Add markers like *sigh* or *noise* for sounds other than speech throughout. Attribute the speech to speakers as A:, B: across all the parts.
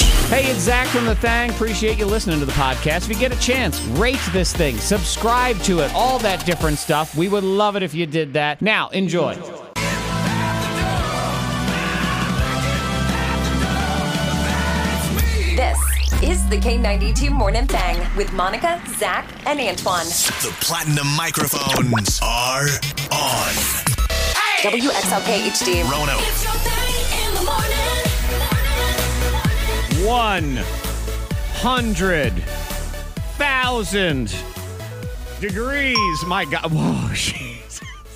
A: Hey, it's Zach from The Thang. Appreciate you listening to the podcast. If you get a chance, rate this thing, subscribe to it, all that different stuff. We would love it if you did that. Now, enjoy.
B: This is the K92 Morning Thang with Monica, Zach, and Antoine.
C: The platinum microphones are on.
B: WXLK HD.
C: Rono,
A: One hundred thousand degrees. My God. *laughs* Whoa, jeez.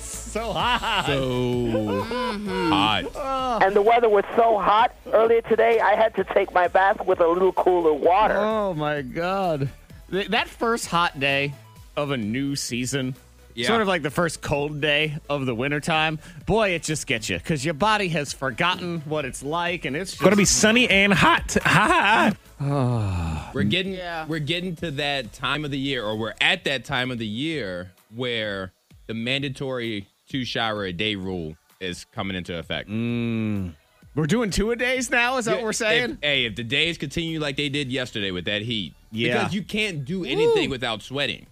A: So hot. *laughs*
D: and the weather was so hot earlier today I had to take my bath with a little cooler water.
A: Oh my god. Th- That first hot day of a new season.
E: Yeah.
A: Sort of like the first cold day of the wintertime. Boy, it just gets you because your body has forgotten what it's like and it's just.
F: Gonna be sunny and hot. Hot.
E: We're
A: Mm.
E: getting
F: Yeah.
E: we're getting to that time of the year, or we're at that time of the year where the mandatory two shower a day rule is coming into effect.
A: Mm. We're doing two a days now, is that what we're
E: If-
A: saying?
E: hey, if the days continue like they did yesterday with that heat,
A: Yeah.
E: because you can't do anything without sweating.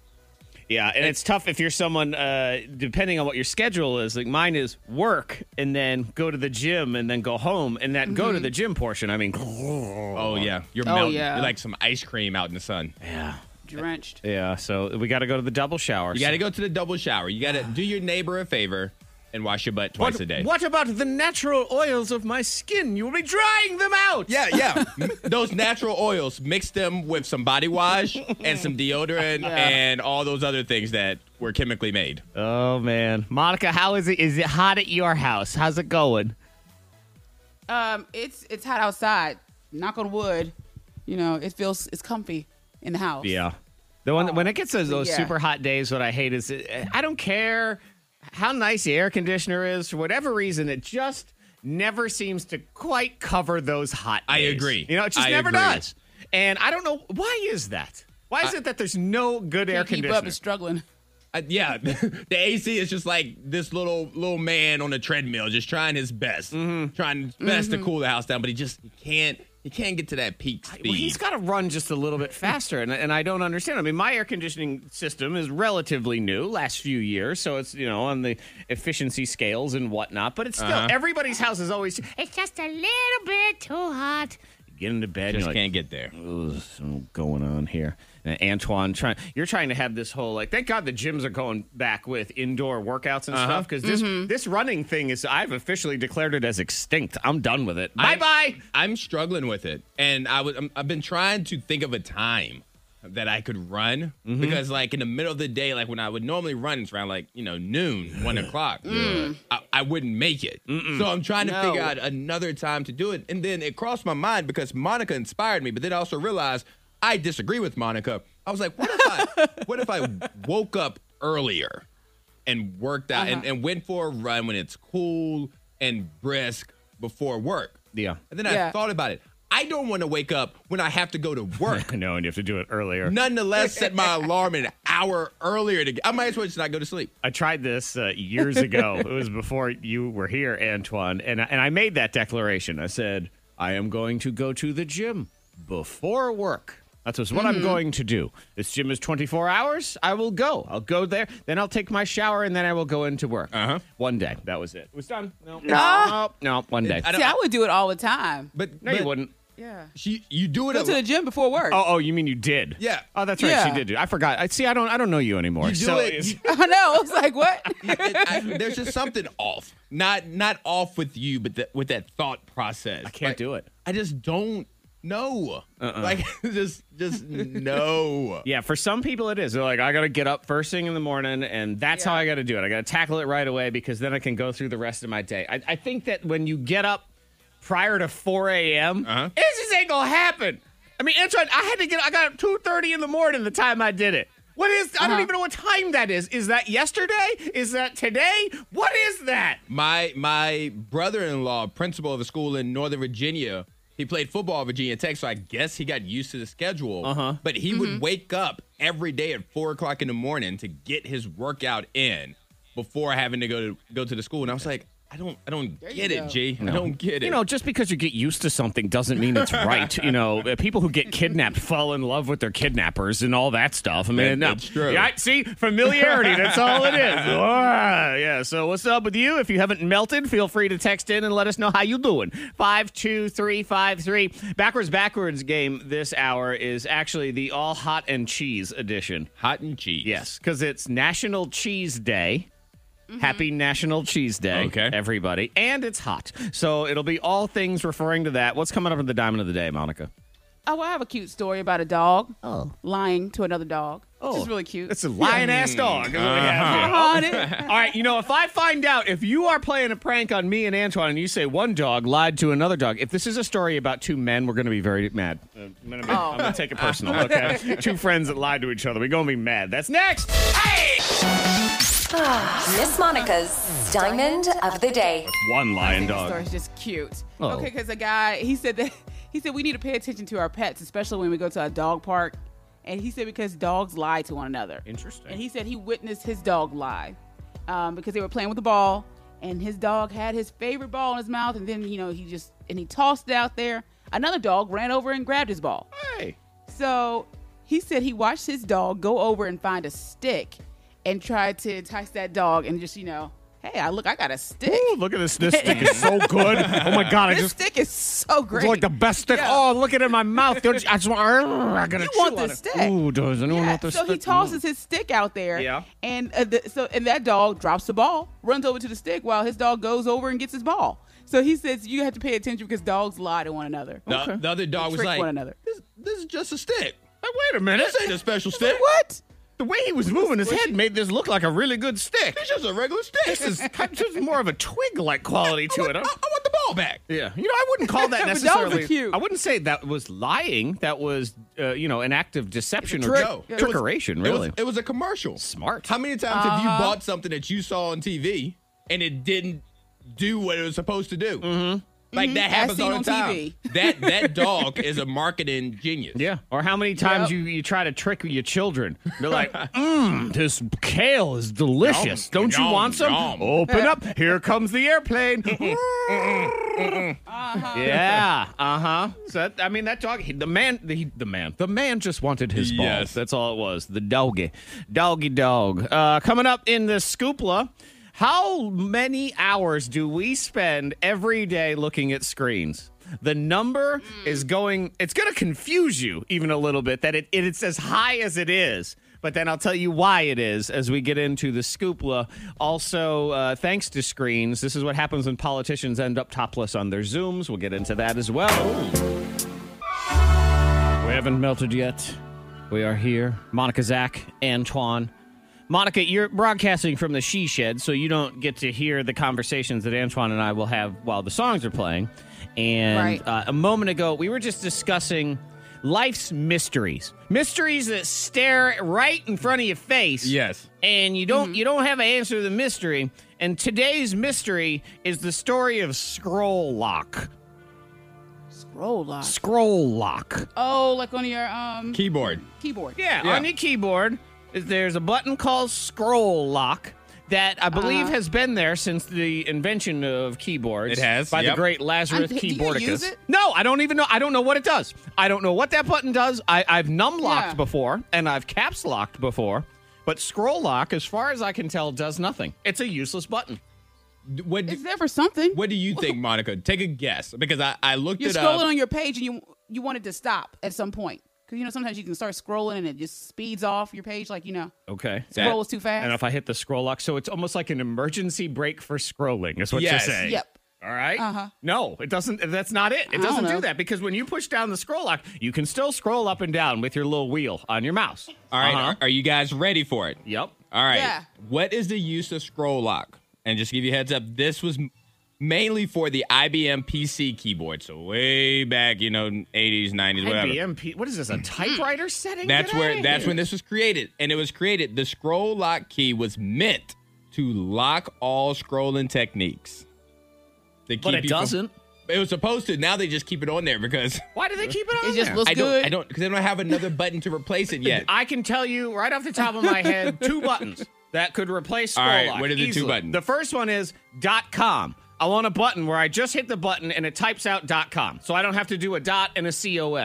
A: Yeah, and it's tough if you're someone, uh, depending on what your schedule is. Like mine is work and then go to the gym and then go home. And that go to the gym portion, I mean,
E: Oh yeah, you're melting.
F: yeah.
E: You're like some ice cream out in the sun.
F: Drenched.
A: yeah, so we got to go to the double shower.
E: You got to go to the double shower. You got to do your neighbor a favor and wash your butt twice
A: What,
E: a day.
A: what about the natural oils of my skin? You will be drying them out.
E: Yeah, yeah. M- those natural oils, mix them with some body wash and some deodorant and all those other things that were chemically made.
A: Oh man, Monica, how is it? Is it hot at your house? How's it going?
F: Um, it's it's hot outside. Knock on wood. You know, it feels it's comfy in the house.
A: The one when it gets those, those
F: Yeah.
A: super hot days, what I hate is it, I don't care how nice the air conditioner is. For whatever reason, it just never seems to quite cover those hot.
E: I
A: days.
E: agree.
A: You know, it just
E: I
A: never
E: agree.
A: does. And I don't know why is that. Why is it that there's no good air
F: Can't keep up
A: conditioner?
F: and struggling.
E: Uh, yeah, *laughs* the AC is just like this little little man on a treadmill, just trying his best,
A: Mm-hmm.
E: trying his best to cool the house down, but he just he can't he can't get to that peak speed.
A: Well, he's got to run just a little bit faster, and, and I don't understand. I mean, my air conditioning system is relatively new, last few years, so it's you know on the efficiency scales and whatnot. But it's still
E: Uh-huh.
A: everybody's house is always it's just a little bit too hot. Get into bed,
E: just
A: you're like,
E: can't get there.
A: "Ugh, something going on here. And Antoine, trying you're trying to have this whole like, thank God the gyms are going back with indoor workouts and
E: Uh-huh.
A: stuff because this this running thing is I've officially declared it as extinct. I'm done with it. Bye
E: I-
A: bye.
E: I'm struggling with it, and I was I'm, I've been trying to think of a time that I could run because like in the middle of the day, like when I would normally run, it's around like you know noon, one o'clock. I, I wouldn't make it, so I'm trying to figure out another time to do it. And then it crossed my mind because Monica inspired me, but then I also realized I disagree with Monica. I was like, what if I what if I woke up earlier? and worked out and, and went for a run when it's cool and brisk before work.
A: Yeah.
E: And then I
F: Yeah.
E: thought about it. I don't want to wake up when I have to go to
A: *laughs*
E: work.
A: *laughs* No, and you have to do it earlier.
E: Nonetheless, set
F: *laughs*
E: my alarm an hour earlier to get. I might as well just not go to sleep.
A: I tried this uh, years ago.
E: *laughs*
A: it was before you were here, Antoine, and I, and I made that declaration. I said, "I am going to go to the gym before work." That's just what
E: Mm-hmm.
A: I'm going to do. This gym is 24 hours. I will go. I'll go there. Then I'll take my shower, and then I will go into work.
E: Uh-huh.
A: One day. That was it. It was done. No. No. No. One day.
E: I don't-
F: See, I would do it all the time.
E: But
A: no,
E: but
A: you wouldn't.
F: Yeah.
E: She, you do it.
F: Go to the
E: at,
F: gym before work.
A: Oh, oh, you mean you did?
E: Yeah.
A: Oh, that's right. She
F: Yeah.
A: did do. I forgot. I see. I don't. I don't know you anymore.
E: you do
A: so
E: it.
A: it's-
E: you-
F: *laughs* I know. I was like, what? *laughs*
E: it- I- there's just something off. Not not off with you, but that with that thought process. I
A: can't do it. Uh-uh.
E: I just don't know. Like *laughs* just just no.
A: Yeah, for some people it is. They're like, I got to get up first thing in the morning, and that's how I got to do it. I got to tackle it right away because then I can go through the rest of my day. I, I think that when you get up prior to 4 a.m.,
E: Uh-huh.
A: it just ain't gonna happen. I mean, Antoine, I had to get. I got up 2:30 in the morning the time I did it. What is- I don't even know what time that is. Is that yesterday? Is that today? What is that?
E: My my brother-in-law, principal of a school in Northern Virginia, he played football at Virginia Tech, so I guess he got used to the schedule. Uh-huh. But he
F: Mm-hmm.
E: would wake up every day at four o'clock in the morning to get his workout in before having to go to go to the school. And I was like, I don't I don't
F: you
E: get it,
F: go.
E: G. I don't get it.
A: You know, just because you get used to something doesn't mean
E: *laughs*
A: it's right. you know, uh, people who get kidnapped fall in love with their kidnappers and all that stuff. I mean,
E: That-
A: no.
E: that's true.
A: Yeah, see, familiarity. That's all it
E: *laughs*
A: is. Ah, yeah. So, what's up with you? If you haven't melted, feel free to text in and let us know how you doing. Five two three five three. Backwards backwards game this hour is actually the all hot and cheese edition.
E: hot and cheese.
A: Yes, because it's National Cheese Day.
F: Mm-hmm.
A: Happy National Cheese Day,
E: Okay.
A: everybody. And it's hot. So it'll be all things referring to that. What's coming up in the Diamond of the Day, Monica?
F: Oh, well, I have a cute story about a dog lying to another dog. Oh, which is really cute.
A: Oh. It's a lion ass dog. is what we have here.
F: On
A: *laughs*
F: *laughs* it.
A: All right, you know, if I find out if you are playing a prank on me and Antoine and you say one dog lied to another dog, if this is a story about two men, we're going to be very mad. Uh, I'm going to be- I'm gonna take it *laughs* personal, okay? two friends that lied to each other. We're going to be mad. That's next.
B: Miss Monica's Diamond of the Day.
A: One lion
F: This
A: dog.
F: story's just cute.
A: Oh.
F: Okay, because a guy he said that *laughs* he said we need to pay attention to our pets, especially when we go to a dog park. And he said because dogs lie to one another.
A: Interesting.
F: And he said he witnessed his dog lie um, because they were playing with the ball, and his dog had his favorite ball in his mouth, and then you know he just and he tossed it out there. Another dog ran over and grabbed his ball.
A: Hey.
F: So he said he watched his dog go over and find a stick and tried to entice that dog and just you know, hey, I look, I got a stick.
A: Ooh, *laughs* look at this. This stick is so good. Oh my god, I
F: This
A: just
F: stick is so
A: it's
F: great.
A: like the best stick.
F: Yeah.
A: Oh, look at it in my mouth. Dude, I just want. I gotta
F: You
A: chew
F: want
A: on
F: this
A: it.
F: stick.
A: Ooh, does anyone
F: Yeah,
A: want this
F: so
A: stick?
F: he tosses his stick out there.
A: Yeah.
F: And uh, the, so and that dog drops the ball, runs over to the stick while his dog goes over and gets his ball. So he says you have to pay attention because dogs lie to one another.
E: The, the other dog was
F: Trick
E: like,
F: one another.
E: This, this is just a stick.
A: Hey, wait a minute.
E: This ain't
A: *laughs*
E: a special stick.
F: What?
A: The way he was moving his head made this look like a really good stick.
E: It's just a regular stick.
A: This
E: *laughs*
A: is
F: *laughs*
A: this is more of a twig-like quality to
E: I,
A: it.
E: want- I,
A: I'm-
E: I want the ball back.
A: Yeah, you know, I wouldn't call that
F: But dogs are
A: necessarily.
F: cute.
A: I wouldn't say that was lying. That was, uh, you know, an act of deception or
E: No,
A: tri-
E: it was-
A: trickeration.
E: it was-
A: Really,
E: It was, a commercial.
A: Smart.
E: How many times have you
F: Uh-huh.
E: bought something that you saw on TV and it didn't do what it was supposed to do? Mm-hmm. Like that happens
F: seen
E: all the
F: on
E: time.
F: TV.
E: *laughs* That that dog is a marketing genius.
A: Yeah. Or how many times
F: Yep.
A: you, you try to trick your children? They're like, *laughs* mmm, this kale is delicious.
E: Yum,
A: Don't you
E: yum,
A: want some?
E: yum."
A: Open up. Here comes the
E: *laughs*
A: airplane. Yeah. Uh huh. So, that, I mean, that dog, he- the man, the, the man, the man just wanted his ball.
E: Yes.
A: That's all it was. The doggy. Doggy dog. Uh, coming up in the scoopla. How many hours do we spend every day looking at screens? The number is going, it's going to confuse you even a little bit that it, it's as high as it is. But then I'll tell you why it is as we get into the scoopla. Also, uh, thanks to screens, this is what happens when politicians end up topless on their Zooms. We'll get into that as well. We haven't melted yet. We are here. Monica, Zach, Antoine. Monica, you're broadcasting from the She Shed, so you don't get to hear the conversations that Antoine and I will have while the songs are playing. And
F: Right.
A: uh, a moment ago, we were just discussing life's mysteries, mysteries that stare right in front of your face.
E: Yes.
A: and you don't you don't have an answer to the mystery. And today's mystery is the story of Scroll Lock.
F: Scroll lock.
A: Scroll Lock.
F: Oh, like on your um
E: Keyboard.
F: keyboard.
A: Yeah,
E: Yeah.
A: on your keyboard, there's a button called scroll lock that I believe
F: Uh-huh.
A: has been there since the invention of keyboards.
E: It has,
A: by the
E: yep.
A: great Lazarus
F: I'm- do you
A: Keyboardicus.
F: use it?
A: No, I don't even know. I don't know what it does. I don't know what that button does. I, I've num locked
F: Yeah.
A: before and I've caps locked before, but scroll lock, as far as I can tell, does nothing. It's a useless button.
E: D- What do,
F: It's there for something.
E: what do
F: *laughs*
E: you think, Monica? Take a guess because I, I looked
F: You're
E: it
A: uh,
F: scrolling
E: up.
F: on your page and you you want it to stop at some point because you know sometimes you can start scrolling and it just speeds off your page like you know
A: Okay.
F: scrolls too fast.
A: And if I hit the scroll lock, so it's almost like an emergency break for scrolling, is what
E: Yes.
A: you're saying.
F: Yep.
A: All right. Uh-huh. No, it doesn't. That's not it. It doesn't do
F: know.
A: that because when you push down the scroll lock, you can still scroll up and down with your little wheel on your mouse.
E: all right,
A: Uh-huh.
E: are, are you guys ready for it?
A: Yep.
E: All right.
F: Yeah.
E: What is the use of scroll lock? And just to give you a heads up, this was m- mainly for the IBM PC keyboard. So way back, you know, 80s, 90s, whatever.
A: IBM. P- What is this? A typewriter setting?
E: That's
A: Get
E: where
A: outta
E: that's
A: here.
E: when this was created. And it was created. The scroll lock key was meant to lock all scrolling techniques. To keep
A: But it
E: you from-
A: doesn't.
E: it was supposed to. Now they just keep it on there because
A: Why do they keep it on
F: it just
A: there?
F: looks
E: I
F: good.
A: *laughs*
E: don't I don't because I don't have another button to replace it yet. *laughs*
A: I can tell you right off the top of my head two buttons. that could replace
E: All right,
A: Spolock
E: what are the two
A: easily.
E: buttons?
A: The first one is dot .com. I want a button where I just hit the button and it types out dot .com. So I don't have to do a dot and a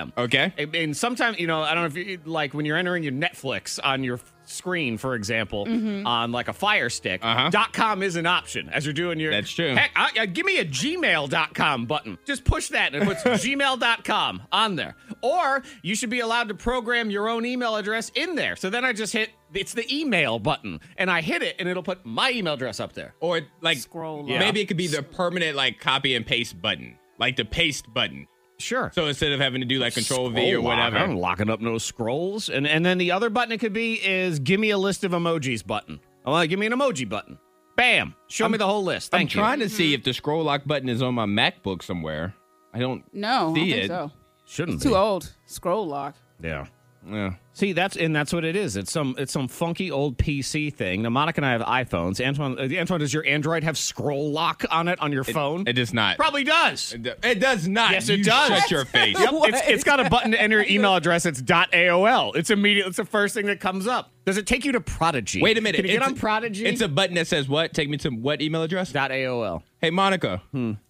A: com.
E: Okay.
A: And- And sometimes, you know, I don't know if you like when you're entering your Netflix on your screen, for example, on like a Fire Stick,
E: Uh-huh.
A: dot .com is an option as you're doing your
E: That's true.
A: Heck, I, I, give me a gmail.com button. Just push that and it puts
E: *laughs*
A: gmail.com on there. Or you should be allowed to program your own email address in there. So then I just hit it's the email button and I hit it and it'll put my email address up there.
E: Or like
F: Scroll
A: Yeah.
E: Maybe it could be the permanent like copy and paste button, like the paste button.
A: Sure.
E: So instead of having to do like Control V
A: Scroll
E: or
A: lock. Oh, I'm
E: whatever.
A: locking up no scrolls. And and then the other button it could be is give me a list of emojis button. I want to give me an emoji button. Bam. Show me the whole list.
E: I'm
A: Thank you.
E: trying to
F: Mm-hmm.
E: see if the scroll lock button is on my MacBook somewhere. I don't
F: No,
E: see
F: I don't think
E: it.
F: so.
A: Shouldn't
F: Too
A: be.
F: old. Scroll lock.
A: Yeah.
E: Yeah.
A: See, that's and that's what it is. It's some it's some funky old PC thing. Now Monica and I have iPhones. Antoine, uh, Antoine, does your Android have scroll lock on it on your phone?
E: It does not.
A: probably does.
E: It do- It does not.
A: Yes, it
E: You
A: does.
E: Shut your
A: *laughs*
E: face.
A: Yep, it's, it's got a button to enter your email address. It's .aol. It's immediate. It's the first thing that comes up. Does it take you to Prodigy?
E: Wait a minute.
A: Can you get
E: It's-
A: on Prodigy?
E: It's a button that says what? Take me to what email address?
A: .aol.
E: Hey Monica,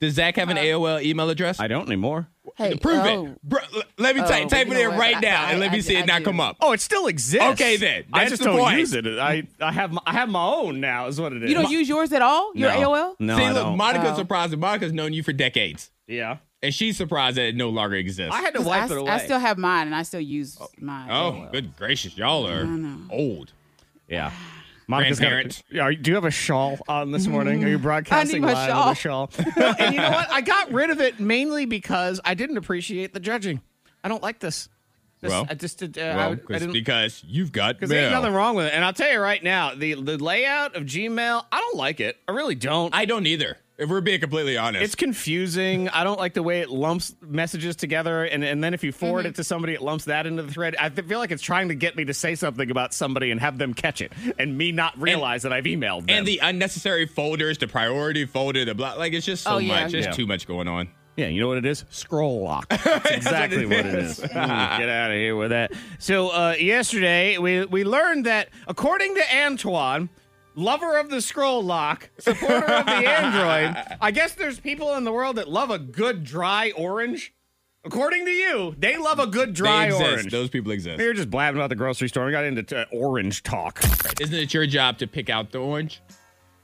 E: does Zach have an AOL email address?
A: Hmm. I don't anymore.
F: Uh, Hey,
E: Prove
F: oh.
E: it. Bro, l- let me
F: Oh,
E: type, type
F: you
E: it
F: know
E: in
F: what?
E: right
F: I-
E: now
F: I-
E: and let me
F: I-
E: see
F: I
E: it not
F: do.
E: come up.
A: Oh, it still exists.
E: Okay, then.
A: I
E: That's
A: just
E: the
A: don't
E: point.
A: use it. I I have my, I have my own now. Is what it is.
F: You don't use yours at all? Your
A: No.
F: AOL?
A: No,
E: see,
A: I
E: look,
A: don't.
E: Monica's
F: Oh.
E: surprised. Monica's known you for decades.
A: yeah.
E: And she's surprised that it no longer exists.
A: I had to
F: I,
A: wipe
F: s-
A: it away.
F: I still have mine and I still use mine.
E: oh, good gracious. Y'all are old.
A: *sighs* Yeah. Monica's got a-
E: Grandparent.
A: Yeah, are- do you have a shawl on this morning? Are you broadcasting
F: my
A: live with a shawl? *laughs* and you know what? I got rid of it mainly because I didn't appreciate the judging. I don't like this. This-
E: Well,
A: I just did. Uh, I,
E: Well,
A: would- I
E: 'cause-
A: didn't.
E: because you've got
A: Because there's
E: mail.
A: nothing wrong with it. And I'll tell you right now, the, the layout of Gmail, I don't like it. I really don't.
E: I don't either. If we're being completely honest,
A: It's confusing. I don't like the way it lumps messages together, and, and then if you forward it to somebody, it lumps that into the thread. I feel like it's trying to get me to say something about somebody and have them catch it, and me not realize that I've emailed them.
E: and the unnecessary folders, the priority folder, the block. Like it's just so
F: Oh, yeah.
E: much. There's
A: Yeah.
E: too much going on.
A: yeah, you know what it is? Scroll lock. That's exactly what it is. Mm, get out of here with that. So uh, yesterday we we learned that according to Antoine. Lover of the scroll lock, supporter of the Android. I guess there's people in the world that love a good dry orange. According to you, they love a good
E: They
A: dry
E: exist.
A: orange.
E: Those people exist.
A: We were just blabbing about the grocery store. We got into uh, orange talk.
E: Isn't it your job to pick out the orange?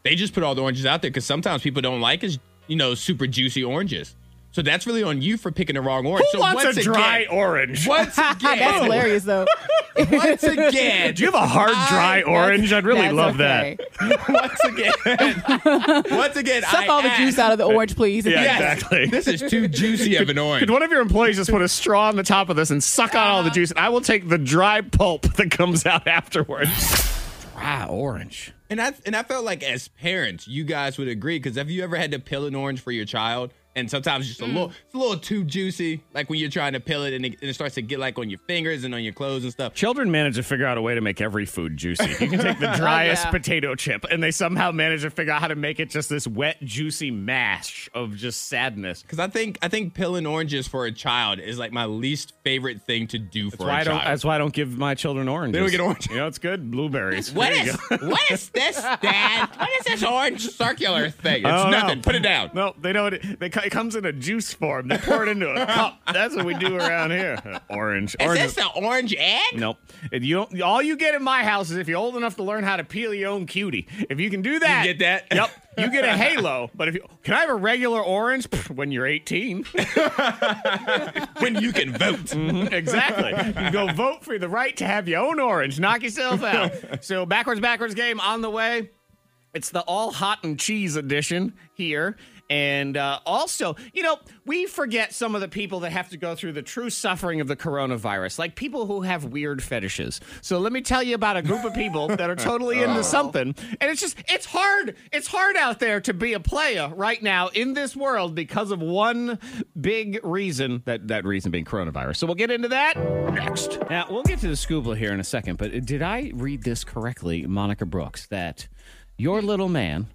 E: They just put all the oranges out there because sometimes people don't like is you know super juicy oranges. So that's really on you for picking the wrong orange.
A: Who
E: so
A: wants
E: once
A: a dry
E: again,
A: orange? *laughs*
E: Once again,
F: *laughs* That's hilarious though.
E: *laughs* Once again,
A: Do you have a hard, dry
E: I-
A: orange? I'd really
F: That's
A: love
F: okay.
A: that.
E: once again, once again,
F: *laughs* Suck
E: I
F: all the juice
E: ask-
F: out of the orange, please.
A: Yeah,
E: Yes,
A: Exactly.
E: This is too juicy of an orange.
A: Could one of your employees just put a straw on the top of this and suck out all the juice? And I will take the dry pulp that comes out afterwards. Dry orange.
E: And I and I felt like as parents, you guys would agree because have you ever had to peel an orange for your child? And sometimes it's just a
F: Mm.
E: little, it's a little too juicy. Like when you're trying to peel it and, it and it starts to get like on your fingers and on your clothes and stuff.
A: Children manage to figure out a way to make every food juicy. You can *laughs* take the driest
F: yeah.
A: potato chip, and they somehow manage to figure out how to make it just this wet, juicy mash of just sadness.
E: Because I think I think peeling oranges for a child is like my least favorite thing to do for
A: That's why
E: a
A: I
E: child.
A: don't. That's why I don't give my children oranges.
E: They don't get oranges.
A: *laughs* You know, it's good blueberries.
E: what
A: There you
E: is
A: go. *laughs*
E: what is this, Dad? What is this orange circular thing?
A: I *laughs*
E: It's
A: don't know.
E: nothing. Put it down.
A: Oh, No, they know it. They, co- it comes in a juice form. They pour it into
E: *laughs*
A: a cup. That's what we do around here. Orange.
E: Is
A: orange.
E: this an orange egg?
A: Nope. If you don't, all you get in my house is if you're old enough to learn how to peel your own cutie. If you can do that,
E: get that?
A: *laughs* Yep. You
E: *laughs*
A: get a halo. But if you can, I have a regular orange Pfft, when you're
E: *laughs*
A: 18.
E: When you
A: *laughs*
E: can vote.
A: Mm-hmm, exactly. You go vote for the right to have your own orange. Knock yourself out.
E: *laughs*
A: So backwards, backwards game on the way. It's the all hot and cheese edition here. And uh, also, you know, we forget some of the people that have to go through the true suffering of the coronavirus, like people who have weird fetishes. So let me tell you about a group of people that are totally into something. And it's just, it's hard. It's hard out there to be a player right now in this world because of one big reason, that, that reason being coronavirus. So we'll get into that next. Now, we'll get to the scuba here in a second, but did I read this correctly, Monica Brooks, that your little man,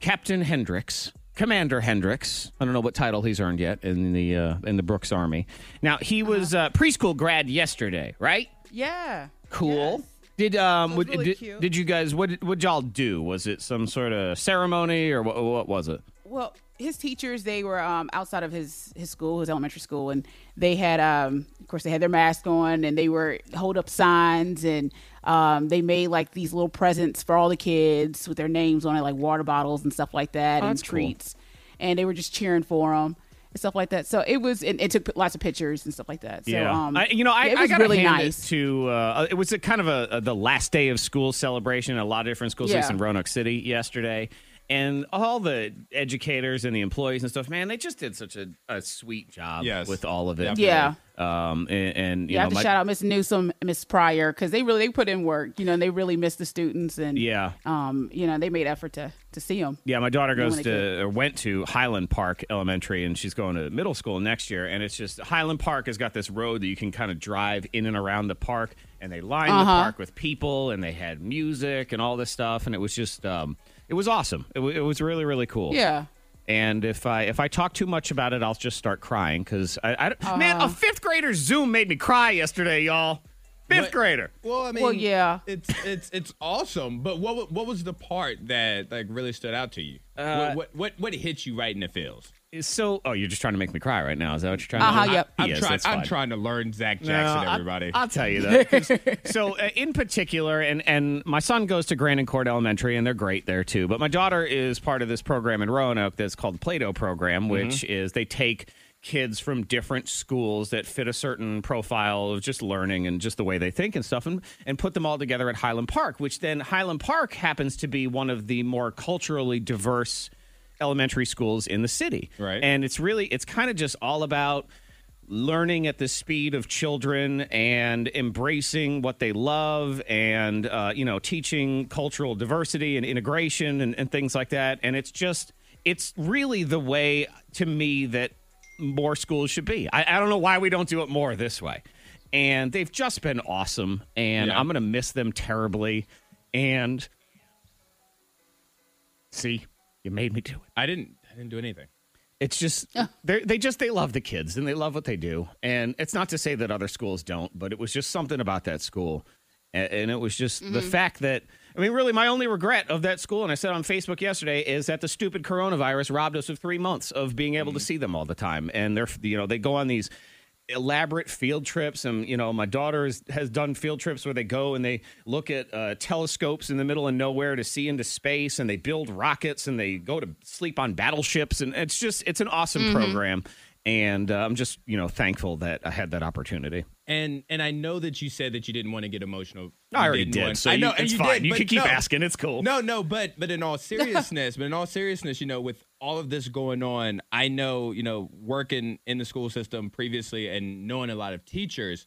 A: Captain Hendricks, Commander Hendricks. I don't know what title he's earned yet in the uh, in the Brooks Army. Now he was uh, preschool grad yesterday, right?
F: *laughs* Yeah.
A: Cool. Did um
F: So
A: would-
F: it's really
A: did,
F: cute.
A: did you guys what did- what y'all do? Was it some sort of ceremony or what, what was it?
F: Well, his teachers they were um, outside of his his school, his elementary school, and they had um, of course they had their mask on and they were hold up signs and um, they made like these little presents for all the kids with their names on it, like water bottles and stuff like that,
A: Oh,
F: and treats, and they were just cheering for him. And stuff like that. So it was, and it took lots of pictures and stuff like that. So, um,
A: I, you know, I,
F: yeah, it
A: I
F: was
A: gotta
F: really
A: hand
F: nice.
A: it to. Uh, it was a kind of a, a the last day of school celebration. in A lot of different schools, like
F: Yeah.
A: in Roanoke City yesterday, and all the educators and the employees and stuff. Man, they just did such a, a sweet job
E: Yes.
A: with all of it.
E: Definitely.
F: Yeah.
A: Um, and, and you know,
F: yeah, I have to
A: my,
F: shout out Miss Newsom, Miss Pryor, because they really they put in work, you know, and they really missed the students, and
A: Yeah.
F: um, you know, they made effort to to see them.
A: Yeah, my daughter goes
F: when they
A: to or went to Highland Park Elementary, and she's going to middle school next year. And it's just Highland Park has got this road that you can kind of drive in and around the park, and they lined the park with people, and they had music and all this stuff, and it was just um, it was awesome. It, w- it was really really cool.
F: Yeah.
A: And if I if I talk too much about it, I'll just start crying because I, I don't- man a fifth grader Zoom made me cry yesterday, y'all. Fifth
E: What-
A: grader.
E: Well, I mean,
F: Well, yeah.
E: it's it's it's awesome. But what wa- what was the part that like really stood out to you?
A: Uh,
E: what, what what what hit you right in the feels?
A: So oh, you're just trying to make me cry right now. Is that what you're trying
F: Uh-huh,
A: to do?
F: yep.
E: I'm
A: Yes,
E: trying.
A: that's
E: I'm
A: fine.
E: trying to learn Zach
A: Uh, No,
E: Jackson,
A: I-
E: everybody.
A: I'll tell you that.
E: *laughs*
A: 'cause- so, uh, in particular, and and my son goes to Grandin Court Elementary, and they're great there too. But my daughter is part of this program in Roanoke that's called the Play-Doh
E: Mm-hmm.
A: program, which is they take kids from different schools that fit a certain profile of just learning and just the way they think and stuff and, and put them all together at Highland Park, which then Highland Park happens to be one of the more culturally diverse elementary schools in the city.
E: Right.
A: And it's really it's kind of just all about learning at the speed of children and embracing what they love and uh, you know teaching cultural diversity and integration and, and things like that and it's just it's really the way to me that more schools should be i, I don't know why we don't do it more this way and they've just been awesome and
E: Yeah.
A: i'm gonna miss them terribly and see you made me do it
E: I didn't. I didn't do anything.
A: it's just they they just they love the kids and they love what they do and it's not to say that other schools don't but it was just something about that school A- and, it was just the fact that i mean really my only regret of that school and i said on facebook yesterday is that the stupid coronavirus robbed us of three months of being able to see them all the time and they're you know they go on these elaborate field trips and you know my daughter is, has done field trips where they go and they look at uh, telescopes in the middle of nowhere to see into space and they build rockets and they go to sleep on battleships and it's just it's an awesome program and uh, i'm just you know thankful that i had that opportunity
E: And and I know that you said that you didn't want to get emotional.
A: I
E: You
A: already
E: didn't
A: did,
E: want-
A: so
E: I
A: you-
E: know, and
A: it's
E: you
A: fine.
E: did,
A: You
E: but
A: can keep
E: no.
A: asking. It's cool.
E: No, no, but
A: *laughs*
E: but in all seriousness, but in all seriousness, you know, with all of this going on, I know, you know, working in the school system previously and knowing a lot of teachers,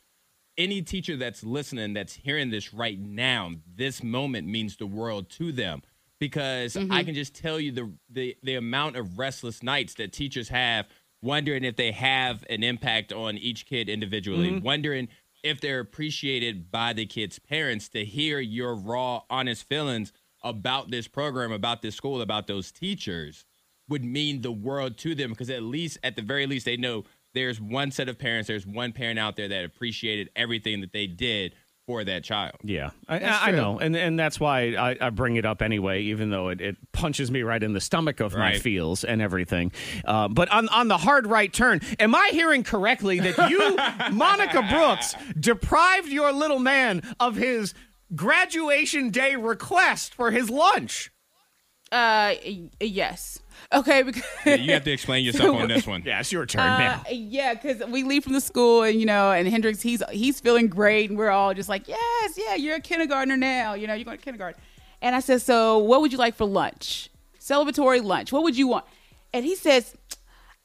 E: any teacher that's listening, that's hearing this right now, this moment means the world to them because I can just tell you the, the the amount of restless nights that teachers have wondering if they have an impact on each kid individually, wondering if they're appreciated by the kids' parents to hear your raw, honest feelings about this program, about this school, about those teachers would mean the world to them because at least at the very least they know there's one set of parents there's one parent out there that appreciated everything that they did for that child
A: Yeah, I, I, I know, and and that's why I, I bring it up anyway, even though it, it punches me right in the stomach of my
E: Right.
A: feels and everything. Uh, but on on the hard right turn, am I hearing correctly that you, Monica Brooks, deprived your little man of his graduation day request for his lunch?
F: Uh, y- yes. Okay, because
E: you have to explain yourself on this one
A: Yeah, it's your turn,
F: *laughs* Uh,
A: now.
F: yeah, because we leave from the school, and you know, and Hendrix, he's he's feeling great, and we're all just like, yes, yeah, you're a kindergartner now, you know, you're going to kindergarten. And I said, so what would you like for lunch? Celebratory lunch. What would you want? And he says,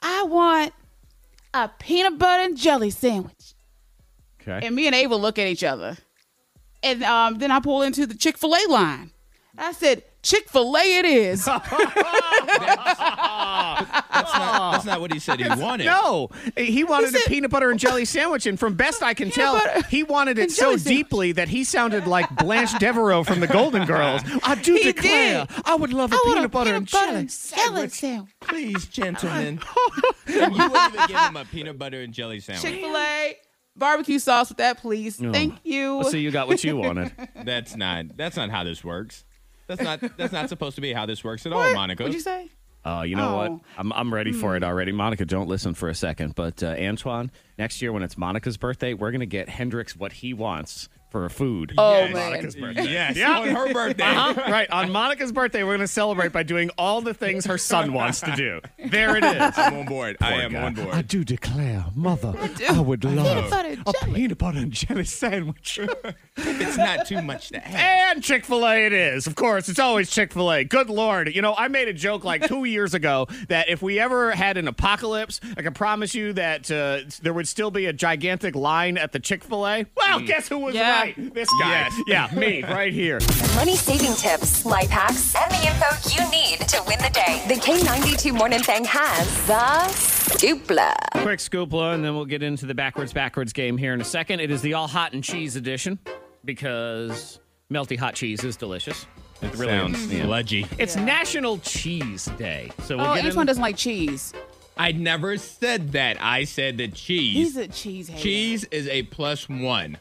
F: I want a peanut butter and jelly sandwich.
A: Okay.
F: And me and Ava look at each other, and um, then I pull into the Chick Fil A line. I said, Chick Fil A, it is.
E: that's, not, that's not what he said he wanted
A: No, he wanted
F: He
A: a
F: said-
A: peanut butter and jelly sandwich, and from best I can tell,
F: butter
A: he wanted it
F: and
A: so
F: jelly sandwich.
A: deeply that he sounded like Blanche Devereaux from The Golden Girls. I do
F: He
A: declare,
F: did.
A: I would love a
F: I want
A: peanut butter and jelly.
F: salad sandwich.
E: *laughs* please gentlemen you wouldn't even give him a peanut butter and jelly sandwich
F: Chick Fil A. barbecue sauce with that, please. Thank you.
A: So you got what you
F: *laughs*
A: wanted.
E: That's not. That's not how this works. That's not. That's not supposed to be how this works at all,
F: What?
E: Monica.
F: What'd you say?
A: Oh, you know
F: Oh. Hmm.
A: what? I'm I'm ready for it already. Monica, don't listen for a second, but uh, Antoine, next year when it's Monica's birthday, we're gonna get Hendrix what he wants for food.
F: Oh
E: Yes.
F: man.
E: Yes. On
F: *laughs*
E: her birthday.
A: Uh-huh. right on Monica's birthday, we're gonna celebrate by doing all the things her son wants to do. There it is.
E: I'm on board. I am
A: God.
E: on board.
A: do declare, mother, I would love
F: butter and jelly.
A: peanut butter and jelly sandwich. *laughs*
E: It's not too much to have.
A: And Chick fil A it is. Of course, it's always Chick fil A. Good Lord. You know, I made a joke like
F: *laughs*
A: two years ago that if we ever had an apocalypse, I can promise you that uh, there would still be a gigantic line at the Chick fil A. Well, guess who was
F: Yeah.
A: right? This guy.
E: Mm. Yes.
A: Yeah, me, right here.
B: Money saving tips, life hacks, and the info you need to win the day. The K92 Morning Thang has the scoopla.
A: Quick scoopla, and then we'll get into the backwards backwards game here in a second. It is the all hot and cheese edition because melty hot cheese is delicious.
E: It sounds sludgy.
A: It's National Cheese Day, so we'll
F: Oh,
A: get
F: Antoine
A: in.
F: doesn't like cheese.
E: I never said that. I said that
F: He's
E: cheese.
F: a cheese hater.
E: cheese is a plus one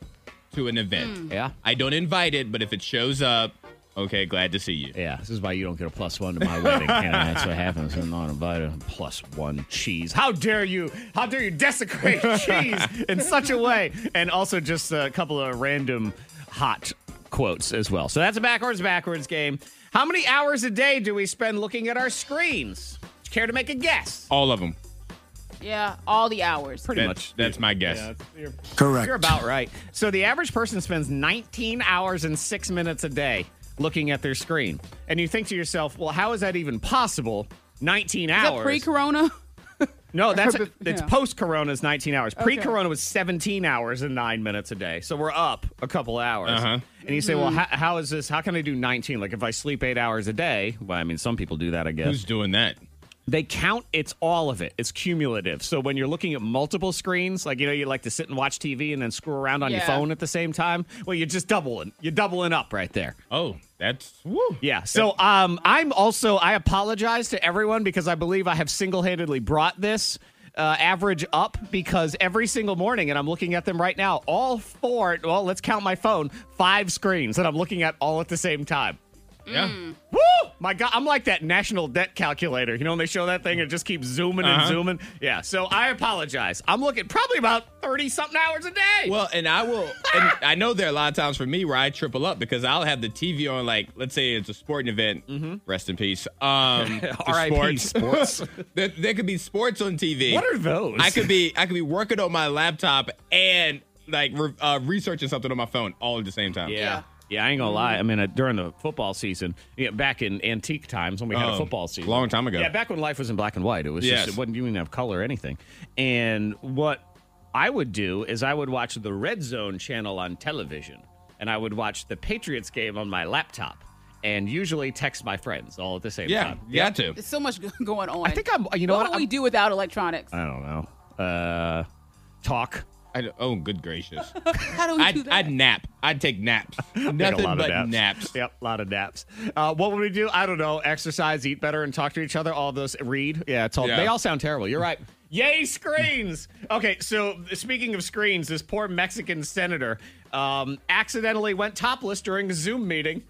E: to an event.
F: Hmm.
A: Yeah.
E: I don't invite it, but if it shows up, okay, glad to see you.
A: Yeah, this is why you don't get a plus one to my wedding. *laughs* and that's what happens. I'm not invited. Plus one cheese. How dare you? How dare you *laughs* desecrate cheese in such a way? And also just a couple of random hot quotes as well. So that's a backwards backwards game. How many hours a day do we spend looking at our screens? Care to make a guess?
E: All of them.
F: Yeah, all the hours.
A: Pretty
E: That-
A: much.
E: That's my guess.
C: Correct.
A: You're about right. So the average person spends 19 hours and six minutes a day looking at their screen. And you think to yourself, well, how is that even possible? 19
F: Is
A: hours.
F: that pre-corona? *laughs*
A: no, that's
F: Or bef-
A: it's
F: yeah.
A: post corona's 19 hours. Pre corona was 17 hours and nine minutes a day. So we're up a couple hours.
E: Uh-huh.
A: And you say,
F: Mm.
A: well, how, how is this? How can I do 19? Like if I sleep eight hours a day, well, I mean, some people do that, I guess
E: Who's doing that?
A: they count it's all of it it's cumulative so when you're looking at multiple screens like you know you like to sit and watch tv and then screw around on your
F: Yeah.
A: phone at the same time well you're just doubling you're doubling up right there
E: Oh, that's woo.
A: yeah so um i'm also i apologize to everyone because i believe i have single-handedly brought this uh, average up because every single morning and i'm looking at them right now all four well let's count my phone five screens that i'm looking at all at the same time
F: Mm.
E: Yeah.
A: Woo! My God, I'm like that national debt calculator. You know, when they show that thing, it just keeps zooming and zooming. Yeah, so I apologize. I'm looking probably about 30 something hours a day.
E: Well, and I will. And I know there are a lot of times for me where I triple up because I'll have the TV on, like let's say it's a sporting event. Rest in peace. *laughs* Um, the
A: R.I.P. sports.
E: there, there could be sports on
A: *laughs*
E: TV.
A: what are those?
E: I could be I could be working on my laptop and like re- uh, researching something on my phone all at the same time.
A: Yeah. Yeah, I ain't gonna
E: Mm.
A: lie. I mean, uh, during the football season, yeah, back in antique times when we had a
E: Oh,
A: football season,
E: long time ago.
A: Yeah, back when life was in black and white, it was
E: Yes.
A: just it wasn't you didn't have color or anything. And what I would do is I would watch the Red Zone channel on television, and I would watch the Patriots game on my laptop, and usually text my friends all at the same
E: Yeah,
A: time.
E: you got to.
F: There's so much go- going on.
A: I think I'm. You know
F: what
A: what?
F: would we
A: I'm-
F: do without electronics?
A: I don't know. Uh, talk.
E: I don't- oh, good
F: *laughs*
E: gracious!
F: How do we do
E: I'd,
F: that?
E: I'd nap. I'd take naps.
A: Take
E: *laughs* Nothing but naps.
A: Yep, a lot of naps. Uh, what would we do? I don't know. Exercise, eat better, and talk to each other. All those read. Yeah, it's all.
E: Yeah.
A: They all sound terrible. You're right. *laughs* Yay, screens. Okay, so speaking of screens, this poor Mexican senator um, accidentally went topless during a Zoom meeting.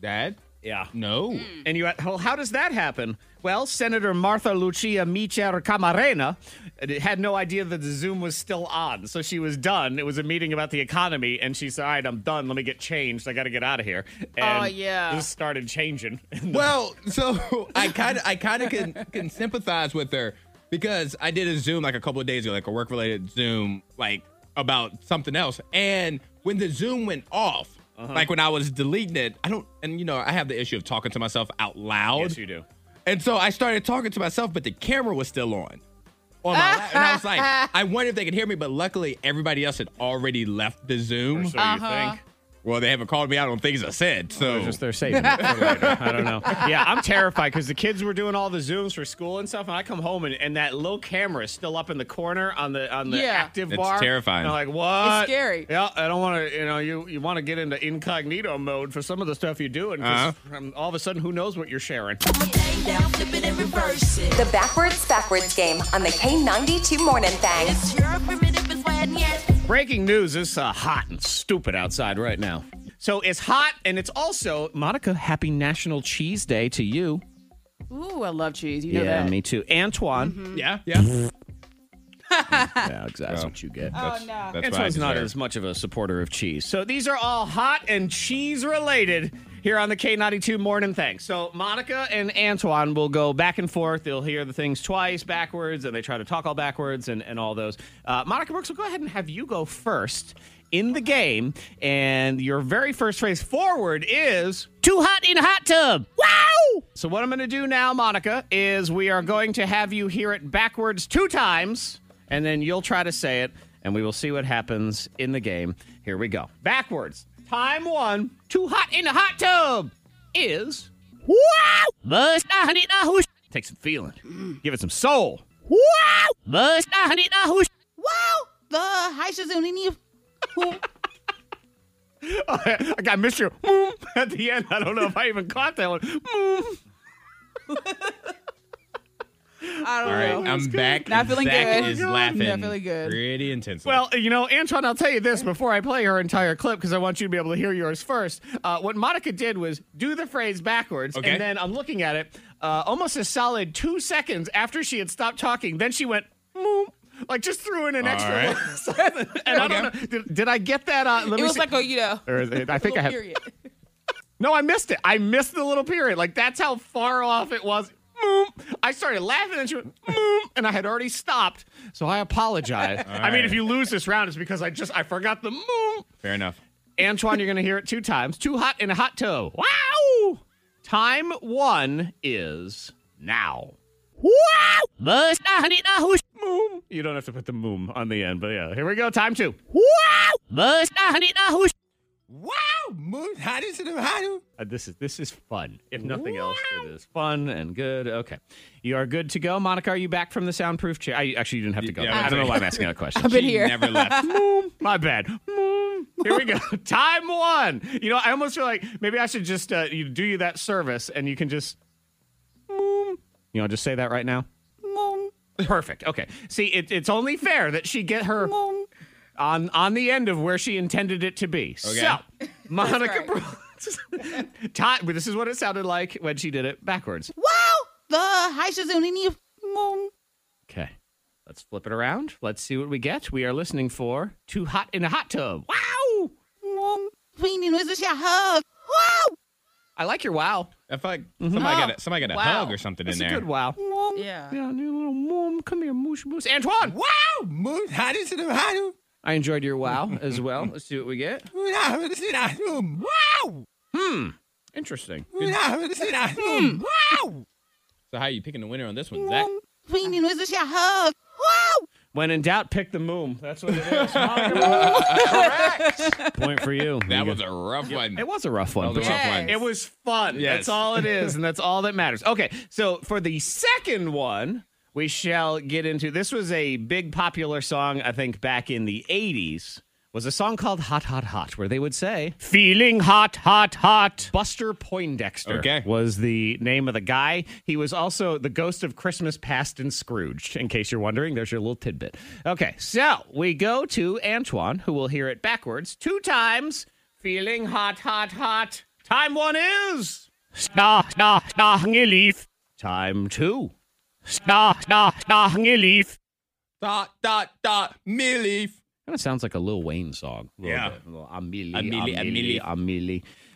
E: Dad?
A: Yeah.
E: No.
A: And you, well, how does that happen? Well, Senator Martha Lucia Micher Camarena uh, had no idea that the Zoom was still on. So she was done. It was a meeting about the economy, and she said, All right, I'm done. Let me get changed. I got to get out of here. And
F: Oh, yeah.
A: Just started changing. *laughs*
E: Well, so *laughs* I kind of I kind of can can sympathize with her because I did a Zoom like a couple of days ago, like a work related Zoom, like about something else. And when the Zoom went off,
A: Uh-huh.
E: like when I was deleting it, I don't, and you know, I have the issue of talking to myself out loud.
A: yes, you do.
E: And so I started talking to myself, but the camera was still on. On my lap. And I
A: *laughs*
E: was like, I wonder if they could hear me, but luckily everybody else had already left the Zoom.
A: So
F: Uh-huh.
A: you Uh-huh. think?
E: Well, they haven't called me out on things I said. So
A: They're just they're
F: *laughs*
A: saving it for later. I don't know. Yeah, I'm terrified because the kids were doing all the zooms for school and stuff, and I come home and, and that little camera is still up in the corner on the on the
F: Yeah.
A: active
E: It's
A: bar.
E: terrifying.
A: And I'm like, what?
F: It's scary.
A: Yeah, I don't want to. You know, you you want to get into incognito mode for some of the stuff you're doing. 'cause,
E: Uh-huh.
A: um, all of a sudden, who knows what you're sharing?
B: The backwards backwards game on the K92 Morning Thang.
G: It's your primitive sweating yet.
A: Breaking news It's uh, hot and stupid outside right now. So it's hot, and it's also, Monica, happy National Cheese Day to you.
F: Ooh, I love cheese. You know
A: yeah,
F: that.
A: me too. Antoine.
E: Yeah,
A: *laughs*
E: yeah.
A: Yeah, exactly. That's what you get.
F: Oh,
E: That's, that's what I
A: This one's not
E: deserve.
A: as much of a supporter of cheese. So these are all hot and cheese related here on the K92 Morning Thing. So Monica and Antoine will go back and forth. They'll hear the things twice, backwards, and they try to talk all backwards and, and all those. Uh, Monica Brooks, we'll go ahead and have you go first in the game. And your very first phrase forward is too hot in a hot tub. Wow! So what I'm going to do now, Monica, is we are going to have you hear it backwards two times and then you'll try to say it, and we will see what happens in the game. Here we go. Backwards. Time one. Too hot in the hot tub is. Wow! Must I honey the hoosh- Take some feeling. Give it some soul. Wow! Must I honey the hoosh-
F: Wow, the high *laughs* shazunini.
A: *laughs* I got Mr. Moom at the end. I don't know if I even caught that one. Moom.
F: I don't
E: All right,
F: know.
E: I'm back.
F: Not feeling
E: Zach
F: good.
E: is
F: Oh my God.
E: laughing.
F: Not feeling good.
E: Pretty intensely.
A: Well, you know, Antoine, I'll tell you this before I play her entire clip because I want you to be able to hear yours first. Uh, what Monica did was do the phrase backwards,
E: Okay.
A: and then I'm looking at it uh, almost a solid two seconds after she had stopped talking. Then she went, "Moom," like just threw in an
E: All
A: extra.
E: right.
A: one silent. *laughs* and I don't
E: Okay.
A: know. Did, did I get that? Uh, let
F: It
A: me
F: was
A: see.
F: like a you know.
A: Or is it- I think I have.
F: little period.
A: No, I missed it. I missed the little period. Like that's how far off it was. Moom. I started laughing and she went, Moom, and I had already stopped. So I apologize. *laughs* I mean,
E: right.
A: if you lose this round, it's because I just I forgot the moom.
E: Fair enough.
A: Antoine, you're gonna hear it two times. Too hot in a hot toe. Wow. Time one is now. Wow. Must I need a hoosh moom. You don't have to put the moom on the end, but yeah. Here we go. Time two. Wow. Must I need a hoosh.
E: Wow, moon hot is it hot?
A: Uh, this is this is fun. If nothing else, it is fun and good. Okay, you are good to go, Monica. Are you back from the soundproof chair? I, actually, you didn't have to go.
E: Yeah,
A: there.
E: I'm
A: I don't know
E: sorry.
A: why I'm asking that question.
E: *laughs*
F: I've been here.
E: Never left.
A: My bad. Mm. Here we go. *laughs* Time one. You know, I almost feel like maybe I should just uh, you do you that service, and you can just. Mm. You know, just say that right now. Mm. Perfect. Okay. See, it, it's only fair that she get her on on the end of where she intended it to be. So, Monica
F: right.
A: Brooks. *laughs* Time. This is what it sounded like when she did it backwards.
F: Wow, the high shazunini. Moom.
A: Okay. Let's flip it around. Let's see what we get. We are listening for Too Hot in a Hot Tub. Wow!
F: Moom. Queenie was a hug. Wow.
A: I like your wow.
E: I feel like
F: Mm-hmm.
E: somebody got a, somebody got a
F: Wow.
E: hug or something
A: That's
E: in
A: a
E: there.
A: good wow. Mom.
F: Yeah.
A: Yeah, new little mom. Come here, moosh moosh. Antoine! Wow!
E: Moon hot is it hot?
A: I enjoyed your wow as *laughs* well. Let's see what we get.
E: Wow.
A: Interesting.
F: Hmm.
E: Wow. So how are you picking the winner on this one, Zach?
F: Queenie was a hug. Wow.
A: When in doubt, pick the moom. That's what it *laughs* is. Correct. Point for you.
E: That was a rough one.
A: It was a rough one.
E: That was a
A: but
E: rough
F: Yes.
E: one.
A: It was fun.
E: Yes.
A: That's all it
E: *laughs*
A: is, and that's all that matters. Okay, so for the second one, we shall get into this was a big popular song, I think, back in the 80s. Was a song called Hot Hot Hot, where they would say, Feeling hot, hot, hot. Buster Poindexter
E: Okay.
A: was the name of the guy. He was also the ghost of Christmas past and Scrooged, in case you're wondering. There's your little tidbit. Okay, so we go to Antoine, who will hear it backwards two times. Feeling hot, hot, hot. Time one is. Sna, sna, sna, hangy leaf. Time two. Sna, sna, sna, hangy leaf.
E: Dot dot dot me leaf.
A: Kind of sounds like a Lil Wayne song. A little
E: Yeah.
A: bit. A little Amelie, Amelie,
E: Amelie,
A: Amelie,
E: Amelie.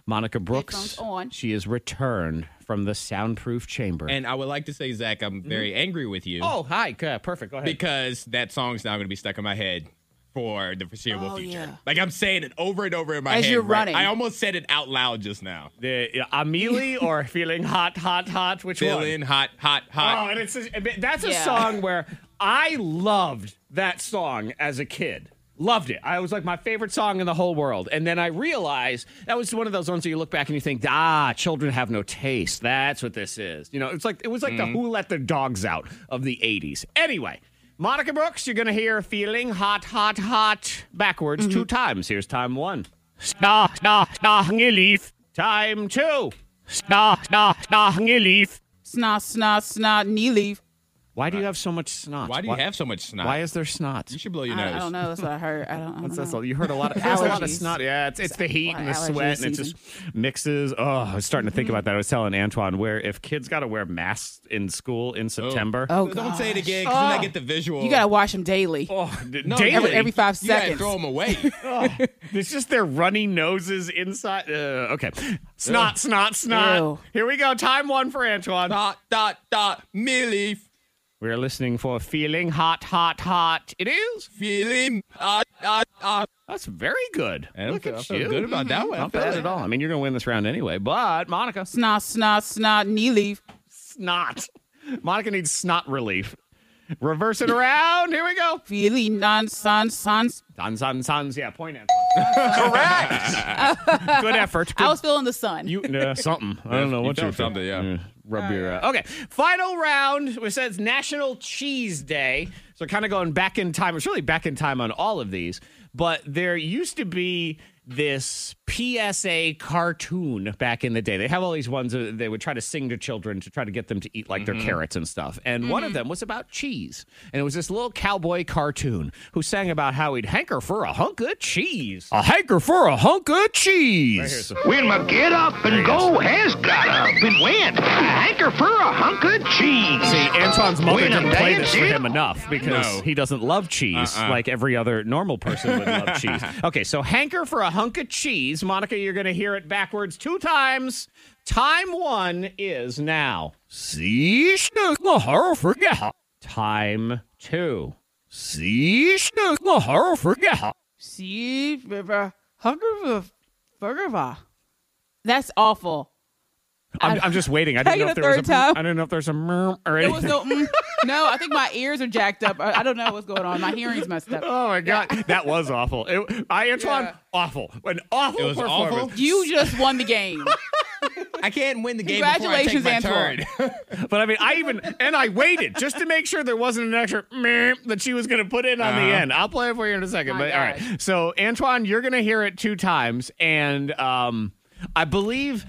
A: Monica Brooks.
F: Headphones on.
A: She is returned from the soundproof chamber.
E: And I would like to say, Zach, I'm very angry with you
A: Oh, hi. Okay, perfect. Go ahead.
E: because that song's now going to be stuck in my head for the foreseeable
F: Oh,
E: future.
F: yeah.
E: Like I'm saying it over and over in my
F: As
E: head.
F: you're
E: right-
F: running.
E: I almost said it out loud just now.
A: the uh, Amelie or feeling hot, hot, hot. Which
E: Feeling
A: one?
E: hot, hot,
A: Oh,
E: hot.
A: and it's a, that's a
F: Yeah.
A: song where I loved that song as a kid. Loved it. I was like my favorite song in the whole world. And then I realized that was one of those ones where you look back and you think, ah, children have no taste. That's what this is. You know, it's like it was like the Who Let the Dogs Out of the '80s. Anyway, Monica Brooks, you're gonna hear "Feeling Hot, Hot, Hot" backwards two times. Here's time one. Sna, sna, sna, hangy leaf. Time two. Sna, sna, sna, hangy leaf.
F: Snot, snot, snot, knee leaf.
A: Why do you have so much snot?
E: Why do you have so much snot?
A: Why is there snot?
E: you should blow your
F: I,
E: nose.
F: I don't know. That's what I heard. I don't, I don't
A: That's, that's
F: know.
A: all. You heard a
F: *laughs*
A: lot of there's a lot of
F: Allergies.
A: snot. Yeah, it's, it's the heat
F: Well,
A: and the
F: allergy
A: sweat, and it just mixes. Oh, I was starting to
F: Mm-hmm.
A: think about that. I was telling Antoine where if kids got to wear masks in school in September,
F: Oh,
E: Don't say it
F: gosh. Oh.
E: again because then I get the visual.
F: You got to wash them daily.
A: oh, d-
E: No,
A: daily.
F: every- every five
E: you gotta
F: seconds.
E: throw them
F: *laughs*
E: away.
A: It's just their runny noses inside. Uh, okay, snot, snot, snot.
F: Ew.
A: Here we go. Time one for Antoine.
E: dot dot dot. Millie
A: We're listening for feeling hot, hot, hot. It is.
E: feeling hot hot hot.
A: That's very good.
E: I
A: Look
E: feel-
A: at
E: I feel
A: you. Mm-hmm.
E: good about that one. I
A: Not
E: feel
A: bad
E: it.
A: at all. I mean, you're going to win this round anyway. But Monica,
F: Snot, snot, snot, knee leaf.
A: snot. *laughs* Monica needs snot relief. Reverse it around. Here we go.
F: Feeling non sun suns.
A: Sans, sans, sans. Yeah, point Antoine.
F: *laughs*
A: Correct. good effort. Good
F: I was feeling the sun.
A: *laughs* You uh, something. I don't know
E: You
A: what
E: felt
A: you're
E: something, yeah.
A: Rub your uh, okay. Final round. It says National Cheese Day, so kind of going back in time. It's really back in time on all of these, but there used to be this PSA cartoon back in the day. They have all these ones that they would try to sing to children to try to get them to eat like their carrots and stuff. And one of them was about cheese, and it was this little cowboy cartoon who sang about how he'd hanker for a hunk of cheese, a hanker for a hunk of cheese.
G: Wilma get up and go has got up and went. Anchor for a hunk of cheese.
A: See,
F: Uh,
A: Antoin's mother
G: Wait a
A: didn't play
G: minute,
A: this for
G: dude.
A: him enough because
E: No. Uh-uh.
A: he doesn't love cheese like every other normal person would
E: *laughs*
A: love cheese. Okay, so hanker for a hunk of cheese. Monica, you're going to hear it backwards two times. Time one is now. See, snook, la, hurl, forget. Time two. See, snook, la, hurl, forget.
F: See, river, hunger, burger, That's awful.
A: I'm, I'm just waiting. I didn't
F: Taking
A: know if
F: a
A: there was a.
F: third time.
A: I didn't know if there's a. murm Or
F: There was
A: anything.
F: no, mm, no, I think my ears are jacked up. I, I don't know what's going on. My hearing's messed up.
A: *laughs* Oh my god, that was awful. It, I Antoine,
F: Yeah.
A: awful. An awful
E: It was
A: performance.
E: awful.
F: You just won the game.
E: I can't win the game.
F: Congratulations,
E: before I take my
F: Antoine.
E: turn.
A: But I mean, I even and I waited just to make sure there wasn't an extra meh that she was going to put in on
E: Uh-huh.
A: the end. I'll play it for you in a second.
F: My
A: but
F: God.
A: all right, so Antoine, you're going to hear it two times, and um, I believe.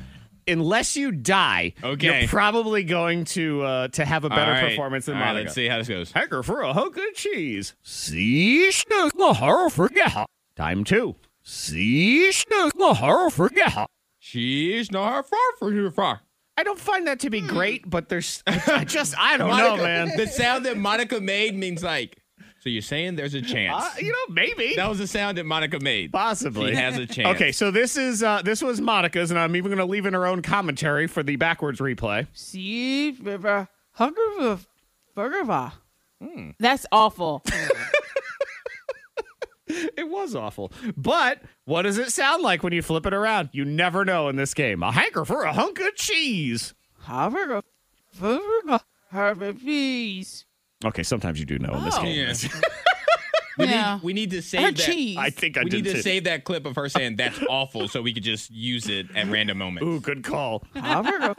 A: Unless you die,
E: Okay.
A: you're probably going to uh, to have a better
E: All right.
A: performance than
E: All right,
A: Monica.
E: Let's see how this goes.
A: Hacker for a hunk of cheese. See, snook, la, hurl, forget. Time two. See, snook, la, hurl, forget.
E: She's not far from here far.
A: I don't find that to be
F: Hmm.
A: great, but there's
E: *laughs*
A: I just I don't
F: Oh,
A: know, man. *laughs*
E: The sound that Monica made means like. So you're saying there's a chance?
A: Uh, you know, maybe.
E: that was the sound that Monica made.
A: Possibly
E: She has
A: *laughs*
E: a chance.
A: Okay,
E: *laughs*
A: so this is uh, this was Monica's, and I'm even going to leave in her own commentary for the backwards replay. *laughs*
F: See, river, hunger, burger,
A: Hmm.
F: That's awful.
A: It was awful, but what does it sound like when you flip it around? You never know in this game. A hanker for a hunk of cheese.
F: Hunger, burger, harbor peas.
A: Okay, sometimes you do know in this
F: Oh.
A: game.
E: Yes.
F: Yeah.
E: We need to save
F: Her
E: that.
F: cheese. *laughs*
A: I think I
E: we
A: did
E: need to
A: too.
E: save that clip of her saying that's awful, so we could just use it at random moments.
A: Ooh, good
E: *laughs*
A: call.
F: Hunger,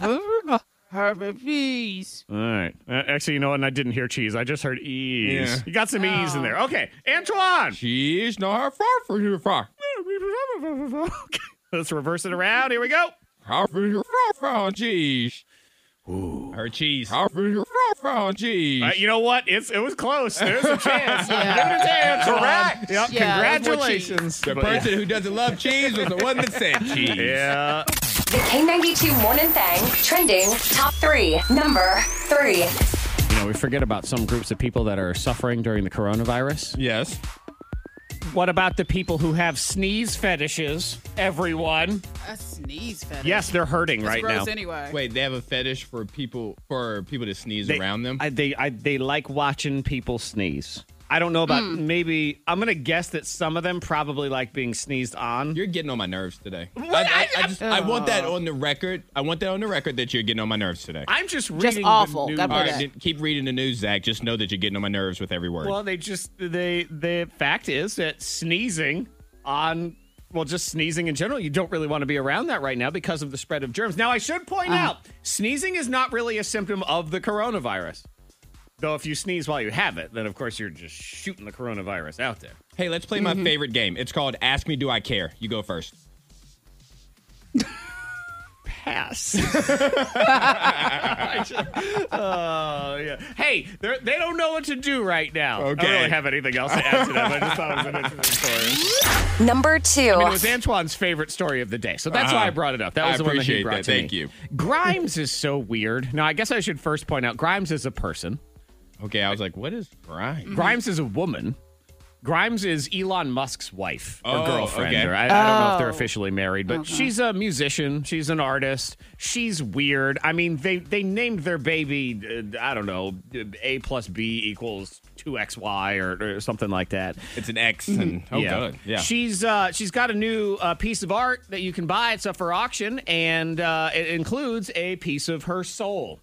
F: burger, harbor peas.
A: All right. Uh, actually, you know what? I didn't hear cheese. I just heard ease.
E: Yeah. Oh.
A: You got some ease in there. Okay, Antoine. *laughs*
E: She's not far from here far.
A: Okay, Let's reverse it around. Here we go.
E: Far from here far from cheese. Her cheese. Far from here far from cheese.
A: Uh, you know what? It's it was close. There's a
F: *laughs*
A: chance.
F: Yeah.
A: Correct. Yep.
F: Yeah, that's what she-
A: Congratulations.
E: The
A: But yeah.
E: person who doesn't love cheese was the one
A: *laughs*
E: that said cheese.
A: Yeah.
B: The K92 Morning Thang trending top three. Number three.
A: You know, we forget about some groups of people that are suffering during the coronavirus.
E: Yes.
A: What about the people who have sneeze fetishes? Everyone.
F: A sneeze fetish.
A: Yes, they're hurting
F: It's
A: right
F: gross
A: now.
F: anyway.
E: Wait, they have a fetish for people for people to sneeze around them.
A: I, they I, they like watching people sneeze. I don't know about maybe. I'm gonna guess that some of them probably like being sneezed on.
E: you're getting on my nerves today. I, I, I just I want that on the record. I want that on the record that you're getting on my nerves today.
A: I'm just reading the
F: awful.
A: news.
F: God
E: All
F: bless.
E: right, then keep reading the news, Zach. Just know that you're getting on my nerves with every word.
A: Well, they just they the fact is that sneezing on well, just sneezing in general, you don't really want to be around that right now because of the spread of germs. Now, I should point out, sneezing is not really a symptom of the coronavirus. Though, if you sneeze while you have it, then of course you're just shooting the coronavirus out there.
E: hey, let's play
A: mm-hmm.
E: my favorite game. It's called Ask Me Do I Care. You go first.
A: pass. *laughs* oh yeah. Hey, they're- they don't know what to do right now. I don't
E: Okay.
A: really have anything else to add to that. but I just thought it was an interesting story.
B: Number two.
A: I mean, it was Antoine's favorite story of the day, so that's why I
E: Uh-huh.
A: brought it up. That
E: I
A: was the one that he
E: appreciate
A: brought
E: that.
A: to
E: Thank
A: me.
E: you. *laughs*
A: Grimes is so weird. Now, I guess I should first point out Grimes is a person.
E: Okay, I was like, what is Brian?
A: Grimes is a woman. Grimes is Elon Musk's wife or
E: Oh,
A: girlfriend.
E: okay.
A: Or I, I don't know if they're
F: Oh.
A: officially married, but she's a musician. She's an artist. She's weird. I mean, they they named their baby. Uh, I don't know. A plus B equals two X Y or, or something like that.
E: It's an X and oh god, yeah.
A: She's uh, she's got a new uh, piece of art that you can buy. It's up for auction, and uh, it includes a piece of her soul.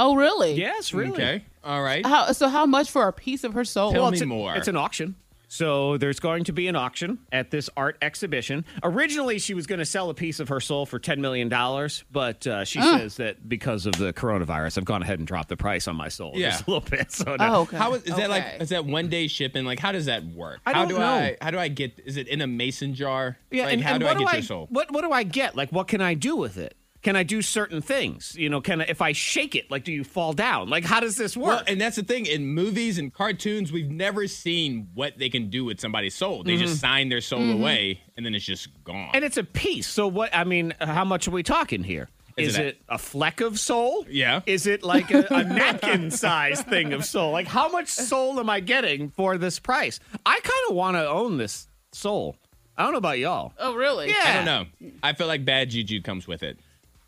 F: Oh, really?
A: Yes, really.
E: Okay, all right.
F: How, so how much for a piece of her soul?
E: Tell
A: Well,
E: me
A: it's a-
E: more.
A: It's an auction. So there's going to be an auction at this art exhibition. Originally, she was going to sell a piece of her soul for ten million dollars, but uh, she says that because of the coronavirus, I've gone ahead and dropped the price on my soul
E: Yeah.
A: just a little bit. So now,
F: oh, okay.
E: How is, is that like?
F: Okay.
E: Is that one day shipping? Like, how does that work?
A: I
E: how
A: don't
E: do
A: know.
E: I? How do I get? Is it in a mason jar?
A: Yeah,
E: Like,
A: and,
E: how
A: and
E: do I
A: what
E: get
A: do I
E: your soul?
A: What what do I get? Like, what can I do with it? Can I do certain things? You know, can I, if I shake it, like, do you fall down? Like, how does this work?
E: Well, and that's the thing. In movies and cartoons, we've never seen what they can do with somebody's soul. They
F: Mm-hmm.
E: just sign their soul away, and then it's just gone.
A: And it's a piece. So what? I mean, uh, how much are we talking here? Is,
E: Is
A: it,
E: it a-
A: a fleck of soul?
E: Yeah.
A: Is it like a,
E: *laughs*
A: a napkin size thing of soul? Like how much soul am I getting for this price? I kind of want to own this soul. I don't know about y'all.
E: Uh,
F: Oh, really?
A: Yeah.
E: I don't know. I feel like bad juju comes with it.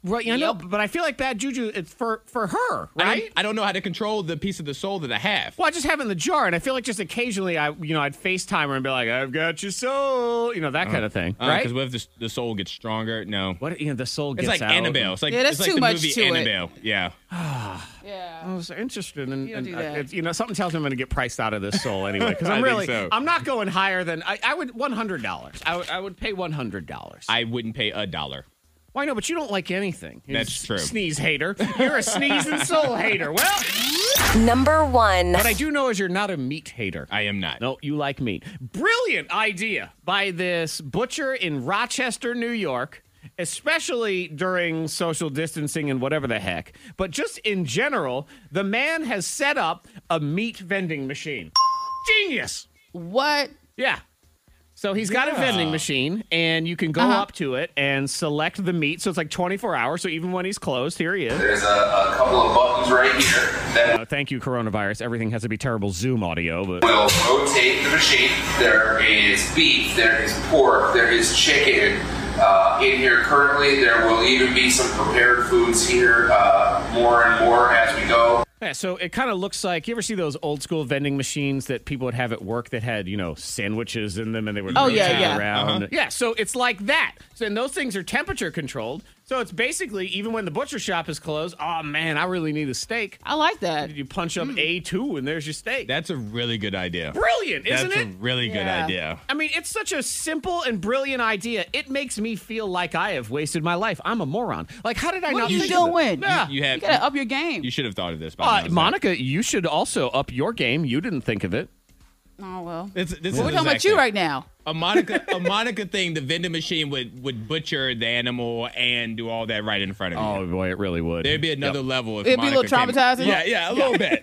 A: Right, I know,
F: Yep.
A: but I feel like bad juju. It's for for her,
E: I
A: right?
E: don't, I don't know how to control the piece of the soul that I have.
A: Well, I just have it in the jar, and I feel like just occasionally, I you know, I'd FaceTime her and be like, "I've got your soul," you know, that kind of thing,
E: Uh,
A: right?
E: Because what if the, the soul gets stronger? No.
A: what you know, the soul
E: It's
A: gets
E: like
A: out.
E: Annabelle. It's like
F: Yeah, that's
E: it's like
F: too
E: the
F: much
E: movie
F: to it.
E: Annabelle. Yeah.
A: I
F: Yeah.
A: was interested in,
F: You don't
A: in-
F: do
A: I-
F: that.
A: it's- you know, something tells me I'm going to get priced out of this
E: *laughs*
A: soul anyway. Because
E: I
A: I'm
E: think
A: really,
E: so.
A: I'm not going higher than I, I would one hundred dollars. I would- I would pay one hundred dollars.
E: I wouldn't pay a dollar.
A: Why no? But you don't like anything. You're
E: That's
A: a s-
E: true.
A: Sneeze hater. You're a sneeze and soul hater.
E: *laughs*
A: Well,
B: Number one.
A: what I do know is you're not a meat hater.
E: I am not.
A: No, you like meat. Brilliant idea by this butcher in Rochester, New York, especially during social distancing and whatever the heck. But just in general, the man has set up a meat vending machine. Genius.
F: What?
A: Yeah. So he's got a vending machine, and you can go up to it and select the meat. So it's like 24 hours. So even when he's closed, here he is.
H: There's a, a couple of buttons right here that
A: Uh, thank you, coronavirus. Everything has to be terrible Zoom audio, but.
H: will rotate the machine. There is beef, there is pork, there is chicken uh, in here currently. There will even be some prepared foods here uh, more and more as we go.
A: Yeah, so it kind of looks like you ever see those old school vending machines that people would have at work that had you know sandwiches in them and they would
F: Oh, yeah,
A: rotate
F: yeah.
E: Uh-huh.
A: around. Yeah, so it's like that. So and those things are temperature controlled. So it's basically even when the butcher shop is closed. Oh man, I really need a steak.
F: I like that.
A: You punch
E: Hmm.
A: up a two and there's your steak.
E: That's a really good idea.
A: brilliant,
E: That's
A: isn't it?
E: a really good
F: Yeah.
E: idea.
A: I mean, it's such a simple and brilliant idea. It makes me feel like I have wasted my life. I'm a moron. Like, how did I
F: What
A: not?
F: are you
A: think of this?
F: doing?
A: Yeah.
E: You
F: You
E: have
F: gotta up your game.
E: you should have thought of this. By
A: Uh,
E: now. It's like-
A: Monica, you should also up your game. You didn't think of it.
F: oh well.
E: This, this
F: We're
E: is
F: talking about
E: exactly-
F: you right now.
E: A Monica, a Monica thing. The vending machine would would butcher the animal and do all that right in front of you.
A: Oh boy, it really would. *laughs*
E: There'd be another level. If
F: It'd be a little
E: Monica came-
F: traumatizing.
E: Yeah, yeah, a little bit.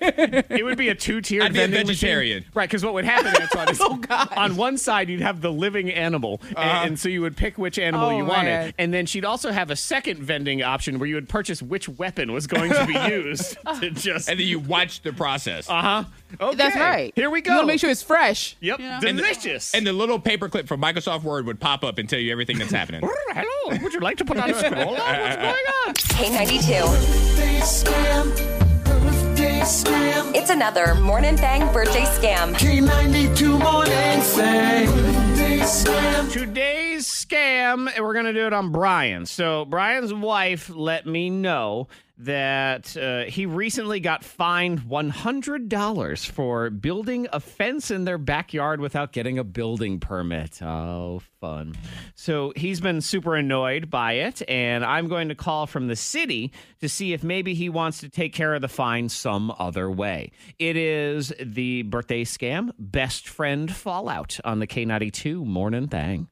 A: It would be a two-tiered
E: I'd be a
A: vending machine.
E: vegetarian.
A: Right, because what would happen,
F: *laughs*
A: Antoine,
F: Oh,
A: is on one side you'd have the living animal, a- and, so you would pick which animal
F: Uh-huh. Oh,
A: you wanted.
F: man.
A: And then she'd also have a second vending option where you would purchase which weapon was going
F: *laughs*
A: to be used to just...
E: and then you watch the process.
F: Uh,
A: Uh-huh. Okay.
F: That's right.
A: Here we go.
F: You wanna make sure it's fresh.
A: Yep.
F: You know?
A: Delicious.
E: And the little paperclip from Microsoft Word would pop up and tell you everything that's
F: *laughs*
E: happening.
A: Hello, would you like to put on a scroll? What's
F: Uh,
A: going on?
B: K92. It's another Morning Thang birthday scam.
A: Today's scam, and we're going to do it on Brian. So, Brian's wife let me know that uh, he recently got fined $100 for building a fence in their backyard without getting a building permit. Oh, fun. So, he's been super annoyed by it, and I'm going to call from the city to see if maybe he wants to take care of the fine some other way. It is the birthday scam, best friend fallout on the K92 morning thing.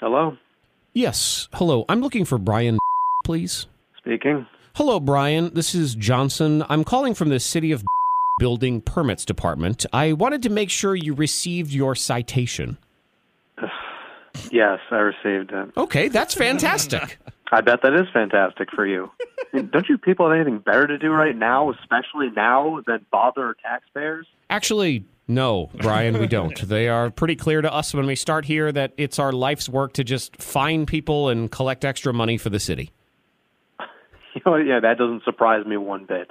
F: Hello?
A: Yes. Hello. I'm looking for Brian, please.
F: Speaking.
A: Hello, Brian. This is Johnson. I'm calling from the City of Building Permits Department. I wanted to make sure you received your citation.
F: Yes, I received uh, it.
A: Okay, that's fantastic.
F: I bet that is fantastic for you. I mean, Don't you people have anything better to do right now, especially now, than bother our taxpayers?
A: Actually, no, Brian, we
F: *laughs*
A: don't. They are pretty clear to us when we start here that it's our life's work to just fine people and collect extra money for the city.
F: You know, yeah, that doesn't surprise me one bit.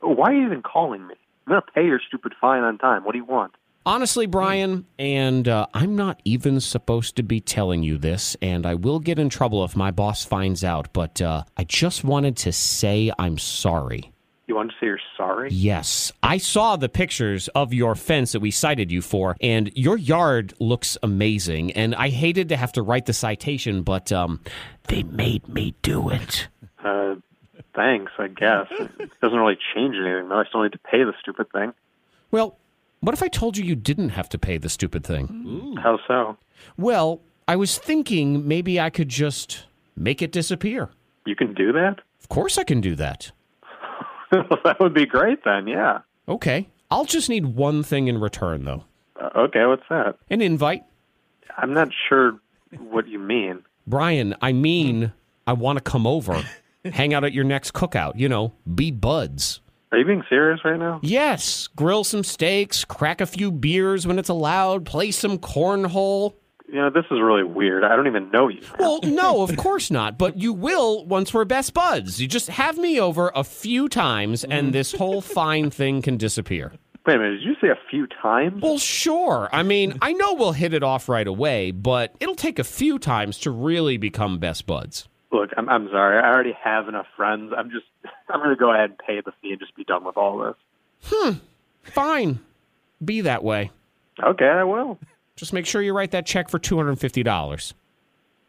F: Why are you even calling me? I'm going to pay your stupid fine on time. What do you want?
A: Honestly, Brian, and uh, I'm not even supposed to be telling you this, and I will get in trouble if my boss finds out, but uh, I just wanted to say I'm sorry.
F: You want to say you're sorry?
A: Yes, I saw the pictures of your fence that we cited you for, and your yard looks amazing. And I hated to have to write the citation, but um, they made me do it.
F: Uh, thanks, I guess. It doesn't really change anything, though. I still need to pay the stupid thing.
A: Well, what if I told you you didn't have to pay the stupid thing?
F: How so?
A: Well, I was thinking maybe I could just make it disappear.
F: You can do that?
A: Of course, I can do that.
F: *laughs* that would be great, then, yeah.
A: Okay. I'll just need one thing in return, though
F: Uh, okay, what's that?
A: an invite.
F: I'm not sure what you mean.
A: Brian, I mean, I want to come over, hang out at your next cookout, you know, be buds.
F: Are you being serious right now?
A: Yes, grill some steaks, crack a few beers when it's allowed, play some cornhole.
F: You know, this is really weird. I don't even know you.
A: Well, no, of course not, but you will once we're best buds. You just have me over a few times and this whole fine thing can disappear.
F: Wait a minute, did you say a few times?
A: Well, sure. I mean, I know we'll hit it off right away, but it'll take a few times to really become best buds.
F: Look, I'm, I'm sorry. I already have enough friends. I'm just, *laughs* I'm going to go ahead and pay the fee and just be done with all this.
A: Fine. Be that way.
F: Okay, I will.
A: Just make sure you write that check for $250.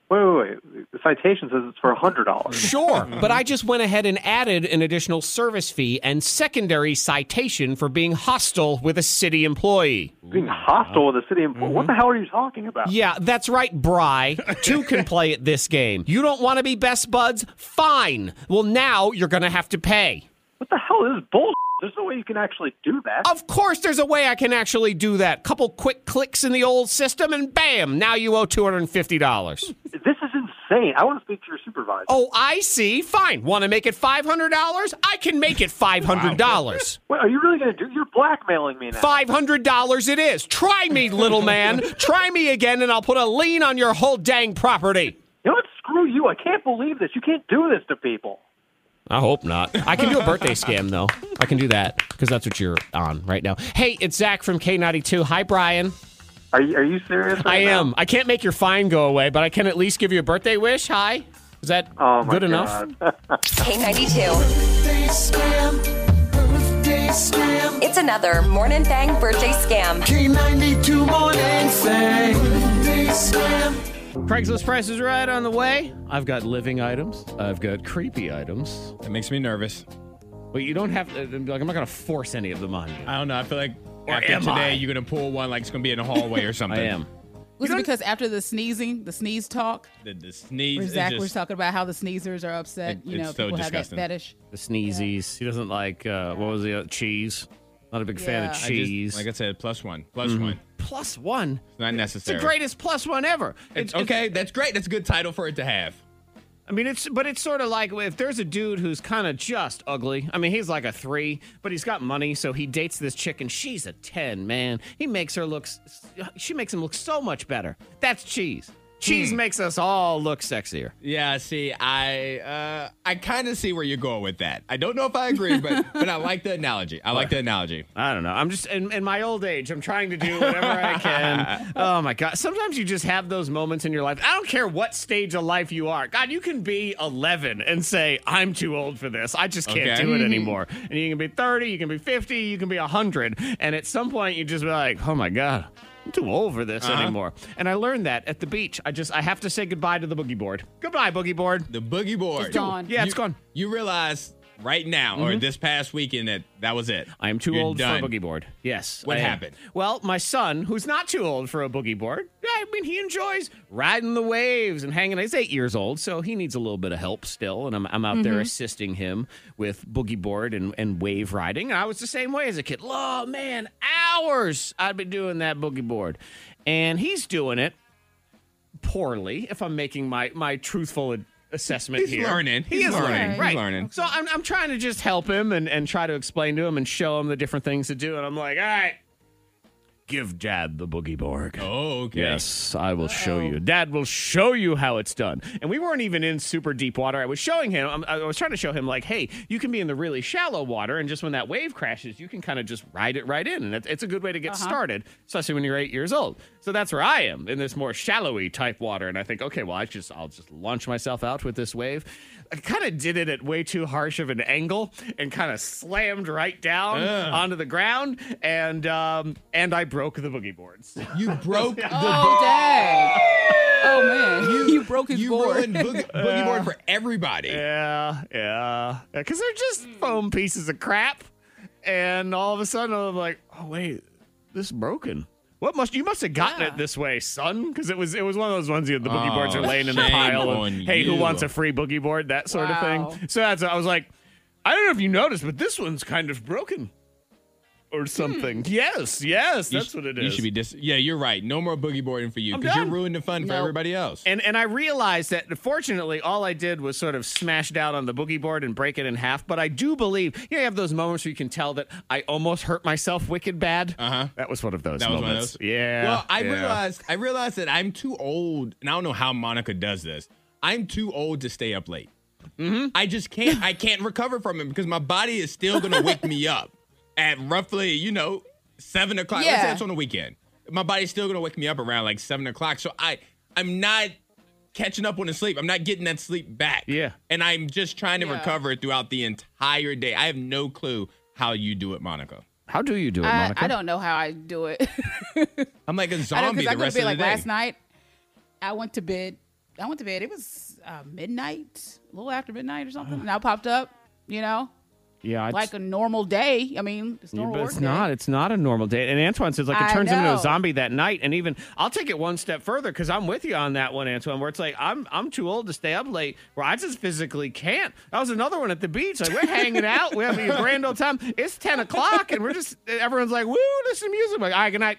F: Wait, wait, wait. The citation says it's for $100.
A: Sure, but I just went ahead and added an additional service fee and secondary citation for being hostile with a city employee.
F: Being hostile with the city. em- What the hell are you talking about?
A: Yeah, that's right, Bry. Two can play at this game. You don't want to be best buds? Fine. Well, now you're going to have to pay.
F: What the hell is this bullshit? There's no way you can actually do that.
A: Of course, there's a way I can actually do that. Couple quick clicks in the old system, and bam, now you owe $250.
F: This is insane. I want to speak to your supervisor.
A: oh, I see. Fine. Want to make it $500? I can make it $500.
F: *laughs* What are you really going to do? You're blackmailing me now.
A: Five hundred dollars it is. Try me, little man. Try me again, and I'll put a lien on your whole dang property.
F: You know what? Screw you. I can't believe this. You can't do this to people.
A: I hope not. I can do a birthday scam though. I can do that because that's what you're on right now. Hey, it's Zach from K92. Hi, Brian.
F: Are you, are you serious?
A: I
F: right now?
A: am. I can't make your fine go away, but I can at least give you a birthday wish. Hi. Is that
F: Oh, my
A: good enough?
F: God.
B: K92. It's another Morning Thang birthday scam.
I: K92 Morning Thing.
A: Craigslist Price is Right on the way. I've got living items. I've got creepy items.
E: That makes me nervous.
A: But you don't have to. Like, I'm not going to force any of them on you.
E: I don't know. I feel like after
A: am I?
E: today, you're gonna pull one like it's gonna be in a hallway
F: *laughs*
E: or something.
A: I am.
J: Was it because after the sneezing, the sneeze talk,
E: The, the sneeze.
J: where
E: is
J: Zach
E: just-
J: was talking about how the sneezers are upset.
E: It-
J: you know,
E: it's so
J: people have that
E: disgusting.
J: fetish.
K: The sneezies. He doesn't like, uh, what was the other? Cheese. Not a big fan of
J: Yeah. I just-
E: I just-
K: cheese.
E: like I said, plus one. plus
F: Mm-hmm.
E: one.
A: Plus one.
E: It's not
A: It's the
E: necessary.
A: greatest plus one ever.
E: It's, okay, that's great. That's a good title for it to have.
K: I mean, it's but it's sort of like if there's a dude who's kind of just ugly. I mean, he's like a three, but he's got money, so he dates this chick, and she's a ten. Man, he makes her look. s- She makes him look so much better. That's cheese. Cheese makes us all look sexier.
E: Yeah, see, I uh, I kind of see where you're going with that. I don't know if I agree, but but I like the analogy. I like the analogy.
K: I don't know. I'm just in, in my old age. I'm trying to do whatever I can. oh my god! Sometimes you just have those moments in your life. I don't care what stage of life you are. God, you can be 11 and say, "I'm too old for this. I just can't
E: Okay.
K: do it anymore." And you can be 30, you can be 50, you can be 100, and at some point you just be like, "Oh my god." I'm too old for this anymore. And I learned that at the beach. I just I have to say goodbye to the boogie board. Goodbye, boogie board.
E: The boogie board.
J: It's gone.
K: Yeah, it's
E: You-
K: gone.
E: You realize right now or this past weekend that that was it.
K: I am too
E: You're
K: old
E: done.
K: for a boogie board. Yes.
E: What
K: I am.
E: happened?
K: Well, my son, who's not too old for a boogie board, yeah,
A: I mean, he enjoys riding the waves and hanging. He's eight years old, so he needs a little bit of help still. And I'm, I'm out there
L: Mhm.
A: assisting him with boogie board and, and wave riding. And I was the same way as a kid. Oh, man, hours I'd be doing that boogie board. And he's doing it poorly, if I'm making my, my truthful assessment
E: He's
A: here.
E: learning.
A: He
E: He's
A: is
E: learning.
A: learning.
E: He's
A: Right.
E: learning.
A: So I'm, I'm trying to just help him and, and try to explain to him and show him the different things to do. And I'm like, all right, give dad the boogie board.
E: Oh, okay.
A: Yes, I will show you. Dad will show you how it's done. And we weren't even in super deep water. I was showing him, I'm- I was trying to show him, like, hey, you can be in the really shallow water. And just when that wave crashes, you can kind of just ride it right in. And it's, it's a good way to get
L: Uh-huh.
A: started, especially when you're eight years old. So that's where I am in this more shallowy type water. And I think, okay, well, I just, I'll just launch myself out with this wave. I kind of did it at way too harsh of an angle and kind of slammed right down
E: Ugh.
A: onto the ground. And, um, and I broke the boogie boards. *laughs*
E: You broke the
F: Oh, dang. Oh, man.
J: *laughs*
F: You, broke his board.
E: ruined boogie, boogie board for everybody.
A: Yeah, yeah. Because they're just
E: Hmm.
A: foam pieces of crap. And all of a sudden, I'm like, oh, wait, this is broken. What must you must have gotten it this way, son? Because it was it was one of those ones you the boogie boards
E: Oh,
A: are laying in the
E: shame
A: pile.
E: on
A: And, hey, who
E: you.
A: wants a free boogie board? That sort
E: Wow.
A: of thing. So that's I was like, I don't know if you noticed, but this one's kind of broken or something. Yes, yes,
E: Hmm. You
A: that's
E: sh-
A: what it is.
E: You should be dis- Yeah, you're right. No more boogie boarding for you
A: I'm
E: because you're
A: done.
E: ruining the fun for everybody else.
A: And and I realized that fortunately all I did was sort of smash down on the boogie board and break it in half. But I do believe you, know, you have those moments where you can tell that I almost hurt myself wicked bad. Uh huh. That was one of those
E: Uh-huh. That was one of
A: moments.
E: those.
A: Yeah.
E: Well, I
A: yeah.
E: realized I realized that I'm too old, and I don't know how Monica does this. I'm too old to stay up late.
F: Mm-hmm.
E: I just can't. I can't recover from it because my body is still
F: *laughs*
E: gonna wake me up at roughly, you know, seven o'clock. Let's say
F: Yeah.
E: it's on the weekend. My body's still gonna wake me up around like seven o'clock. So I, I'm not catching up on the sleep. I'm not getting that sleep back. Yeah. And I'm just trying to
F: Yeah.
E: recover throughout the entire day. I have no clue how you do it, Monica.
A: How do you do
F: I, I don't know how I do it.
E: I'm like a
F: *laughs* I don't
E: zombie
F: I
E: the
F: could
E: rest
F: be
E: of the
F: like
E: day.
F: last night. I went to bed. I went to bed. It was uh, midnight, a little after midnight or
E: Ah.
F: something. And I popped up, you know,
A: Yeah. I'd-
F: like a normal day. I mean, it's
A: Yeah,
F: normal.
A: but
F: work
A: it's
F: day. *laughs*
A: not. It's not a normal day. And Antoine says like it
F: I
A: turns him into a
F: know.
A: zombie that night. And even I'll take it one step further because I'm with you on that one, Antoine. Where it's like I'm I'm too old to stay up late. Where I just physically can't. That was another one at the beach. Like we're hanging out. We're having a grand old time. It's ten o'clock and we're just everyone's like woo, listen to music. I'm like all right, good night.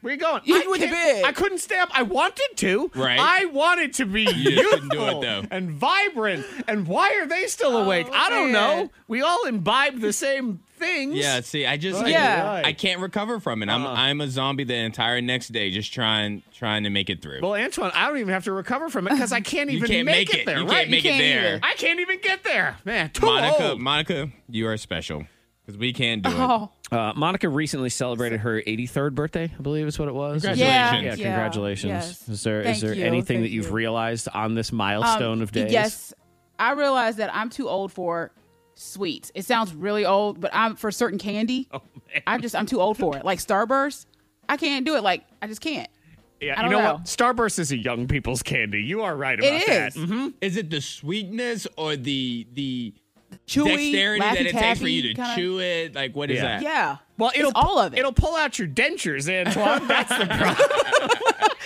A: Where you going?
F: You
A: I
F: went to
A: can't-
F: bed.
A: I couldn't stay up. I wanted to.
E: Right.
A: I wanted to be
E: You just couldn't do it,
A: youthful
E: though.
A: and vibrant. And why are they still
F: Oh,
A: awake? I don't
E: man.
A: know. We all imbibe the same things.
E: Yeah, see, I just
A: Right,
E: yeah.
A: right.
E: I can't recover from it. I'm
A: Uh-huh.
E: I'm a zombie the entire next day, just trying trying to make it through.
A: Well, Antoine, I don't even have to recover from it because I can't
E: You
A: even
E: can't
A: make,
E: make
A: it,
E: it.
A: there.
E: You
A: right?
E: can't make it there.
A: I can't even get there, man. Too
E: Monica,
A: old.
E: Monica, you are special because we can't do
F: Oh.
E: it.
A: Uh, Monica recently celebrated her 83rd birthday, I believe is what it was. Is there-
E: Congratulations.
A: Yeah,
E: Yeah,
A: congratulations.
F: yes.
A: Is there is
F: Thank
A: there
F: you,
A: anything
F: thank
A: that you've
F: you.
A: realized on this
F: Um,
A: milestone of days?
F: Yes, I realize that I'm too old for sweets. It sounds really old, but I'm for
E: *laughs*
F: certain candy.
E: Oh,
F: I'm just I'm too old for it. Like Starburst, I can't do it. Like I just can't.
A: Yeah,
F: I
A: you
F: don't
A: know, what? Starburst is a young people's candy. You are right
F: It
A: about that.
F: is.
A: Mhm.
E: Is it the sweetness or the the
F: Chewy,
E: dexterity that
F: Laffy
E: it takes for
F: Taffy
E: you to
F: kinda-
E: chew it? Like what is
A: Yeah.
E: that?
F: Yeah.
A: Well,
F: it's all of it.
A: It'll pull out your dentures, Antoine. That's the problem.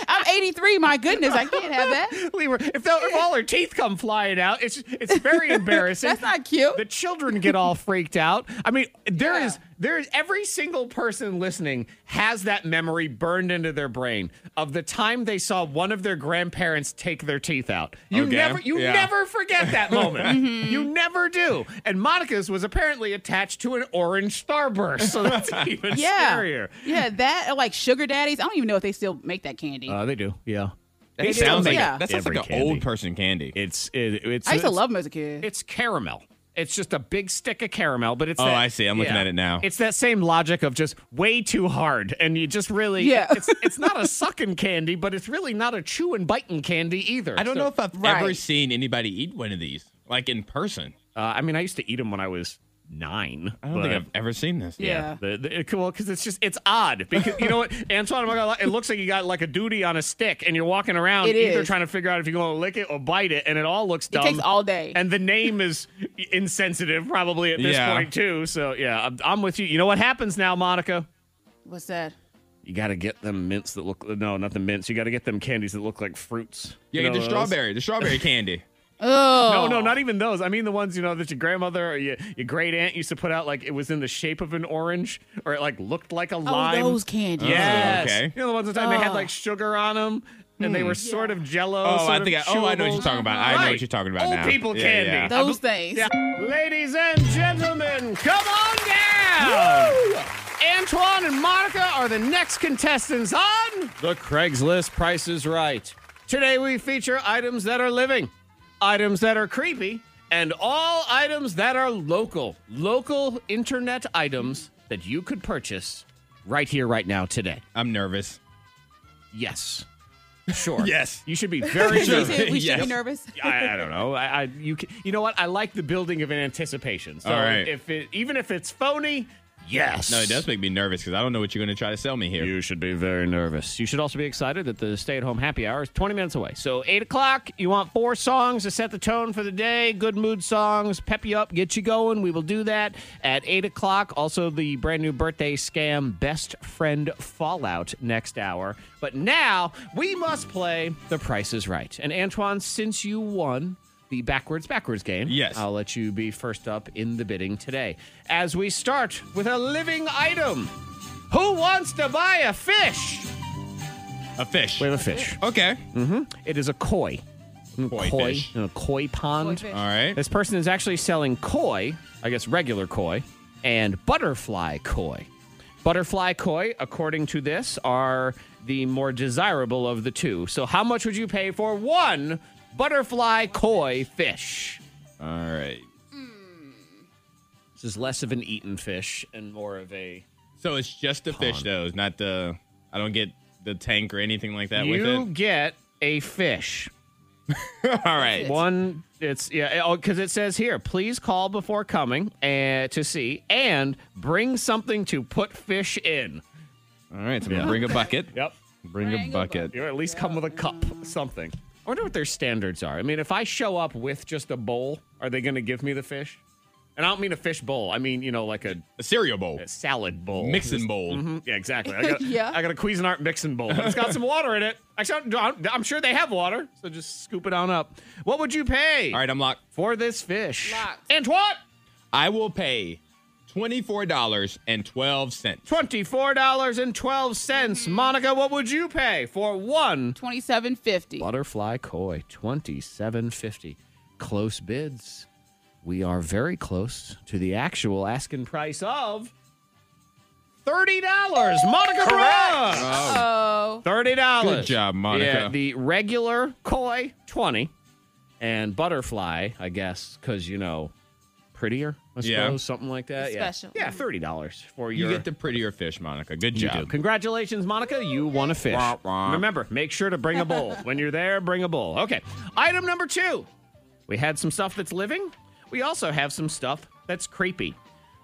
F: I'm 83. My goodness, I can't
A: *laughs*
F: have that.
A: we were, if, tho- if all her teeth come flying out, it's it's very
F: *laughs*
A: embarrassing.
F: That's not cute.
A: The children get all freaked out. I mean, there is there is every single person listening has that memory burned into their brain of the time they saw one of their grandparents take their teeth out. You
E: Okay.
A: never you
E: Yeah.
A: never forget
E: *laughs*
A: that moment.
F: Mm-hmm.
A: You never do. And Monica's was apparently attached to an orange starburst, so that's
F: *laughs*
A: even
F: Yeah.
A: scarier.
F: Yeah, that or like sugar daddies. I don't even know if they still make that candy.
E: Uh,
A: they do. Yeah.
E: That
A: They
E: sounds
A: still
E: like
A: make
F: Yeah.
E: that sounds
A: every
E: like an
A: candy.
E: old person candy.
A: It's it, it's
F: I used to
A: it's-
F: love them as a kid.
A: It's caramel. It's just a big stick of caramel, but it's.
E: Oh,
A: that-
E: I see. I'm looking at it now.
A: It's that same logic of just way too hard, and you just really.
F: Yeah.
A: It's it's not
F: *laughs*
A: a sucking candy, but it's really not a chew and biting candy either.
E: I don't
A: So-
E: know if I've
F: Right.
E: ever seen anybody eat one of these like in person.
A: Uh, I mean, I used to eat them when I was nine.
E: I don't think I've ever seen this.
F: yeah.
A: The, the, it- well, because it's just it's odd because you know
E: *laughs*
A: what, Antoine, I'm not gonna lie, it looks like you got like a duty on a stick, and you're walking around
F: It
A: either
F: is.
A: trying to figure out if you're gonna lick it or bite it, and it all looks
F: It
A: dumb.
F: takes all day.
A: *laughs* and the name is insensitive probably at this
E: Yeah.
A: point too so yeah I'm, I'm with you you know what happens now monica
F: What's that?
A: You got to get them mints that look no, not the mints. You got to get them candies that look like fruits.
E: You
A: know
E: get the
A: those?
E: strawberry, Oh. the strawberry candy.
F: Oh.
A: No, no, not even those. I mean the ones you know that your grandmother or your, your great aunt used to put out. Like it was in the shape of an orange, or it like looked like a lime.
F: Oh, those candies.
A: Yes.
E: Oh, okay.
A: You know the ones that time they had
F: Oh. Hmm.
A: like sugar on them, and they were sort of jello.
E: Oh, I
A: sort of
E: think I, oh, I know what
A: chewables.
E: you're talking about. I know
A: Right.
E: what you're talking about
A: Old
E: now.
A: people
E: Yeah,
A: candy.
E: yeah.
F: Those things.
A: Yeah. Ladies and gentlemen, come on down. Antoine and Monica are the next contestants on the Craigslist Price is Right. Today we feature items that are living, items that are creepy, and all items that are local. Local internet items that you could purchase right here, right now, today.
E: I'm nervous.
A: Yes. Sure.
E: Yes.
A: You should be
F: *laughs*
A: very
F: We
A: sure.
F: should, we should
E: Yes.
F: be nervous.
A: *laughs* I, I don't know. I, I you ca- you know what? I like the building of an anticipation. So
E: All right.
A: if it even if it's phony, yes.
E: No, it does make me nervous because I don't know what you're going to try to sell me here.
A: You should be very nervous. You should also be excited that the stay at home happy hour is 20 minutes away. So, 8 o'clock, you want four songs to set the tone for the day. Good mood songs, pep you up, get you going. We will do that at 8 o'clock. Also, the brand new birthday scam, Best Friend Fallout, next hour. But now, we must play The Price is Right. And, Antoine, since you won, the backwards backwards game.
E: Yes.
A: I'll let you be first up in the bidding today. As we start with a living item. Who wants to buy a fish?
E: A fish.
A: We have a fish.
E: Okay.
A: It is a koi.
E: Koi fish.
A: in a koi pond. Uh,
F: Koi fish.
E: All right.
A: This person is actually selling koi, I guess regular koi, and butterfly koi. Butterfly koi, according to this, are the more desirable of the two. So, how much would you pay for one butterfly koi fish?
E: All right.
A: This is less of an eaten fish and more of a.
E: So it's just the fish, though. It's not the. I don't get the tank or anything like that
A: You
E: with it.
A: get a *laughs* fish.
E: All right.
A: One, it's yeah, oh, because it says here, please call before coming and to see, and bring something to put fish in.
E: All right. So I'm gonna bring a bucket.
A: *laughs* Yep,
E: Bring, a bucket.
A: you at least come with a cup, something. I wonder what their standards are. I mean, if I show up with just a bowl, are they going to give me the fish? And I don't mean a fish bowl. I mean, you know, like a,
E: A cereal bowl.
A: a salad bowl,
E: Mixing bowl.
A: Mhm. Yeah, exactly. I got,
F: Yeah.
A: I got a Cuisinart mixing bowl. It's got some water in it. Actually, I'm, I'm sure they have water, so just scoop it on up. What would you pay?
E: All right. I'm locked.
A: for this fish.
F: Locked.
A: And what?
E: I will pay twenty-four dollars and twelve cents.
A: Twenty-four dollars and twelve cents. Monica, what would you pay for one
F: Twenty-seven fifty.
A: butterfly koi? Twenty-seven fifty. Close bids. We are very close to the actual asking price of thirty dollars. Monica Perez.
F: Oh,
A: Thirty dollars.
E: Good job, Monica.
A: Yeah, the regular koi twenty, and butterfly, I guess, because you know, prettier. I suppose
E: Yeah.
A: something like that.
F: The
A: yeah.
F: special.
A: Yeah, thirty dollars for
E: You
A: your.
E: get the prettier fish, Monica. Good
A: You
E: job.
A: do. Congratulations, Monica. You won a fish.
E: Wah, wah.
A: Remember, make sure to bring a
F: *laughs*
A: bowl. when you're there, bring a bowl. Okay. Item number two. We had some stuff that's living. We also have some stuff that's creepy.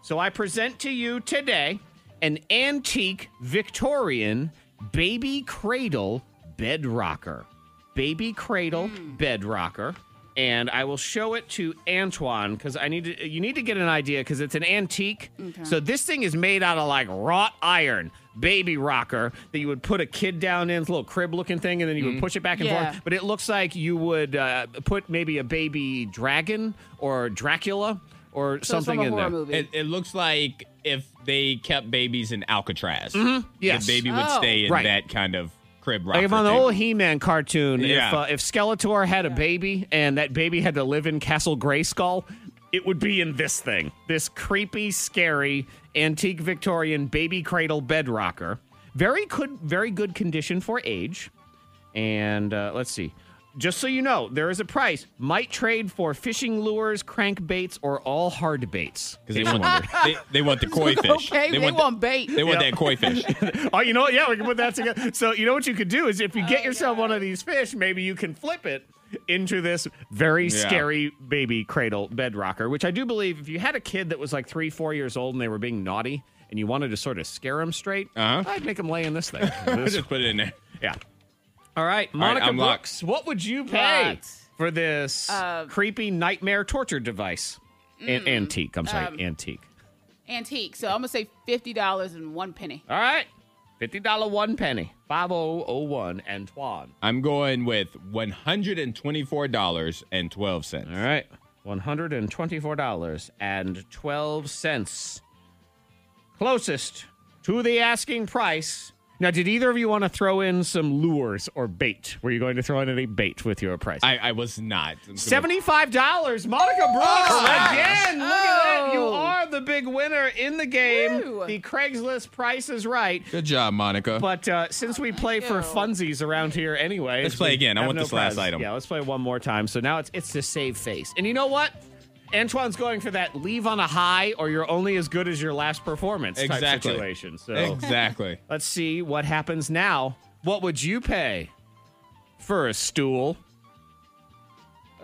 A: So I present to you today an antique Victorian baby cradle bed rocker. Baby cradle
F: Hmm.
A: bed rocker. And I will show it to Antoine because I need to, you need to get an idea because it's an antique. So this thing is made out of like wrought iron baby rocker that you would put a kid down in, it's a little crib looking thing, and then you would push it back and
F: Mm. Yeah.
A: forth. But it looks like you would uh, put maybe a baby dragon or Dracula or
F: so it's
A: something
F: from a
A: in
F: horror
A: there.
F: movie.
E: It, it looks like if they kept babies in Alcatraz,
A: Yes.
E: the baby would
F: Oh.
E: stay in
A: Right.
E: that kind of crib.
A: Like if
E: rocker
A: on the
E: thing.
A: old *laughs* He-Man cartoon, if
E: Yeah.
A: uh, if Skeletor had a baby and that baby had to live in Castle Grayskull, it would be in this thing, this creepy, scary antique Victorian baby cradle bed rocker. Very good, very good condition for age. And uh, let's see. Just so you know, there is a price. Might trade for fishing lures, crankbaits, or all hard baits.
E: Because they want, they, they want the koi fish.
F: okay, they,
E: the-
F: want bait.
E: They want that koi fish. *laughs*
A: Oh, you know what? Yeah, we can put that together. So, you know what you could do is if you get yourself one of these fish, maybe you can flip it into this very
E: Yeah.
A: scary baby cradle bed rocker, which I do believe if you had a kid that was like three, four years old and they were being naughty and you wanted to sort of scare them straight,
E: Uh-huh.
A: I'd make them lay in
E: *laughs*
A: this thing.
E: Let's just put it in there.
A: yeah. All right,
E: right,
A: Monica
E: I'm locked.
A: Brooks, what would you pay
F: Locked.
A: for this creepy nightmare torture device? An- antique. I'm sorry, antique.
F: Antique. So I'm gonna say fifty dollars and one penny.
A: All right. Fifty dollar one penny. Five oh oh one Antoine.
E: I'm going with one hundred and twenty-four dollars and twelve cents.
A: All right. One hundred and twenty-four dollars and twelve cents. Closest to the asking price. Now, did either of you want to throw in some lures or bait? Were you going to throw in any bait with your price?
E: I, I was not
A: Seventy-five dollars, Monica Brooks again. Look at that! You
F: Oh.
A: are the big winner in the game.
F: Woo.
A: The Craigslist Price is right.
E: Good job, Monica.
A: But uh, since we play for
F: Ew.
A: funsies around here anyway,
E: Let's play
A: we
E: again. I
A: have
E: want this last item.
A: Yeah, let's play one more time. So now it's it's to save face. And you know what? Antoine's going for that leave on a high, or you're only as good as your last performance type
E: Exactly.
A: situation. So
E: *laughs* exactly.
A: let's see what happens now. What would you pay for a stool?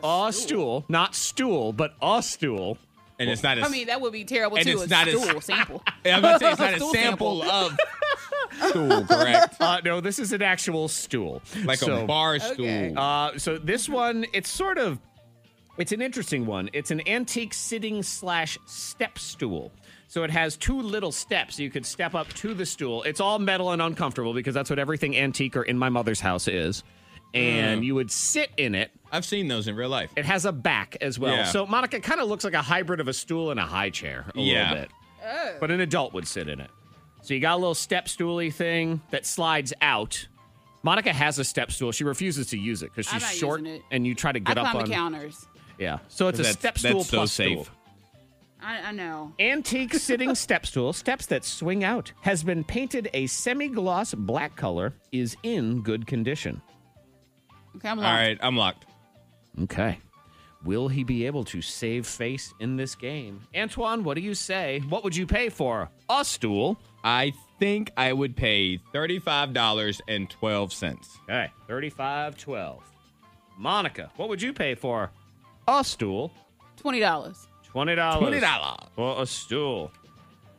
A: A, stool. not stool, but a stool.
E: And it's not. A,
F: I mean, that would be terrible
E: And
F: too.
E: it's
F: a
E: not as-
F: stool sample.
E: *laughs* I'm about to say it's not a
F: Stool
E: sample of stool, correct?
A: Uh, no, this is an actual stool,
E: Like
A: So-
E: a bar stool.
F: Okay.
A: Uh, so this one, it's sort of, it's an interesting one. It's an antique sitting slash step stool. So it has two little steps. You could step up to the stool. It's all metal and uncomfortable because that's what everything antique or in my mother's house is. And you would sit in it.
E: I've seen those in real life.
A: It has a back as well.
E: Yeah.
A: So Monica kind of looks like a hybrid of a stool and a high chair a
E: Yeah.
A: little bit.
F: Oh.
A: But an adult would sit in it. So you got a little step stooly thing that slides out. Monica has a step stool. She refuses to use it because
F: I'm
A: she's
F: not
A: short
F: using it.
A: and you try to *laughs*
F: I
A: get up
F: climb
A: on
F: the counters.
A: Yeah. So it's a
E: That's-
A: step
E: that's
A: stool
E: so
A: plus
E: safe.
A: stool.
F: I, I know.
A: Antique
F: *laughs*
A: sitting step stool, steps that swing out, has been painted a semi-gloss black color, is in good condition.
F: Okay, I'm
E: All
F: lost.
E: right, I'm locked.
A: Okay. Will he be able to save face in this game? Antoine, what do you say? What would you pay for? A stool.
E: I think I would pay thirty-five dollars and twelve cents.
A: Okay. 35 12. Monica, what would you pay for? A stool.
F: Twenty dollars.
A: $20.
E: dollars.
A: For a stool.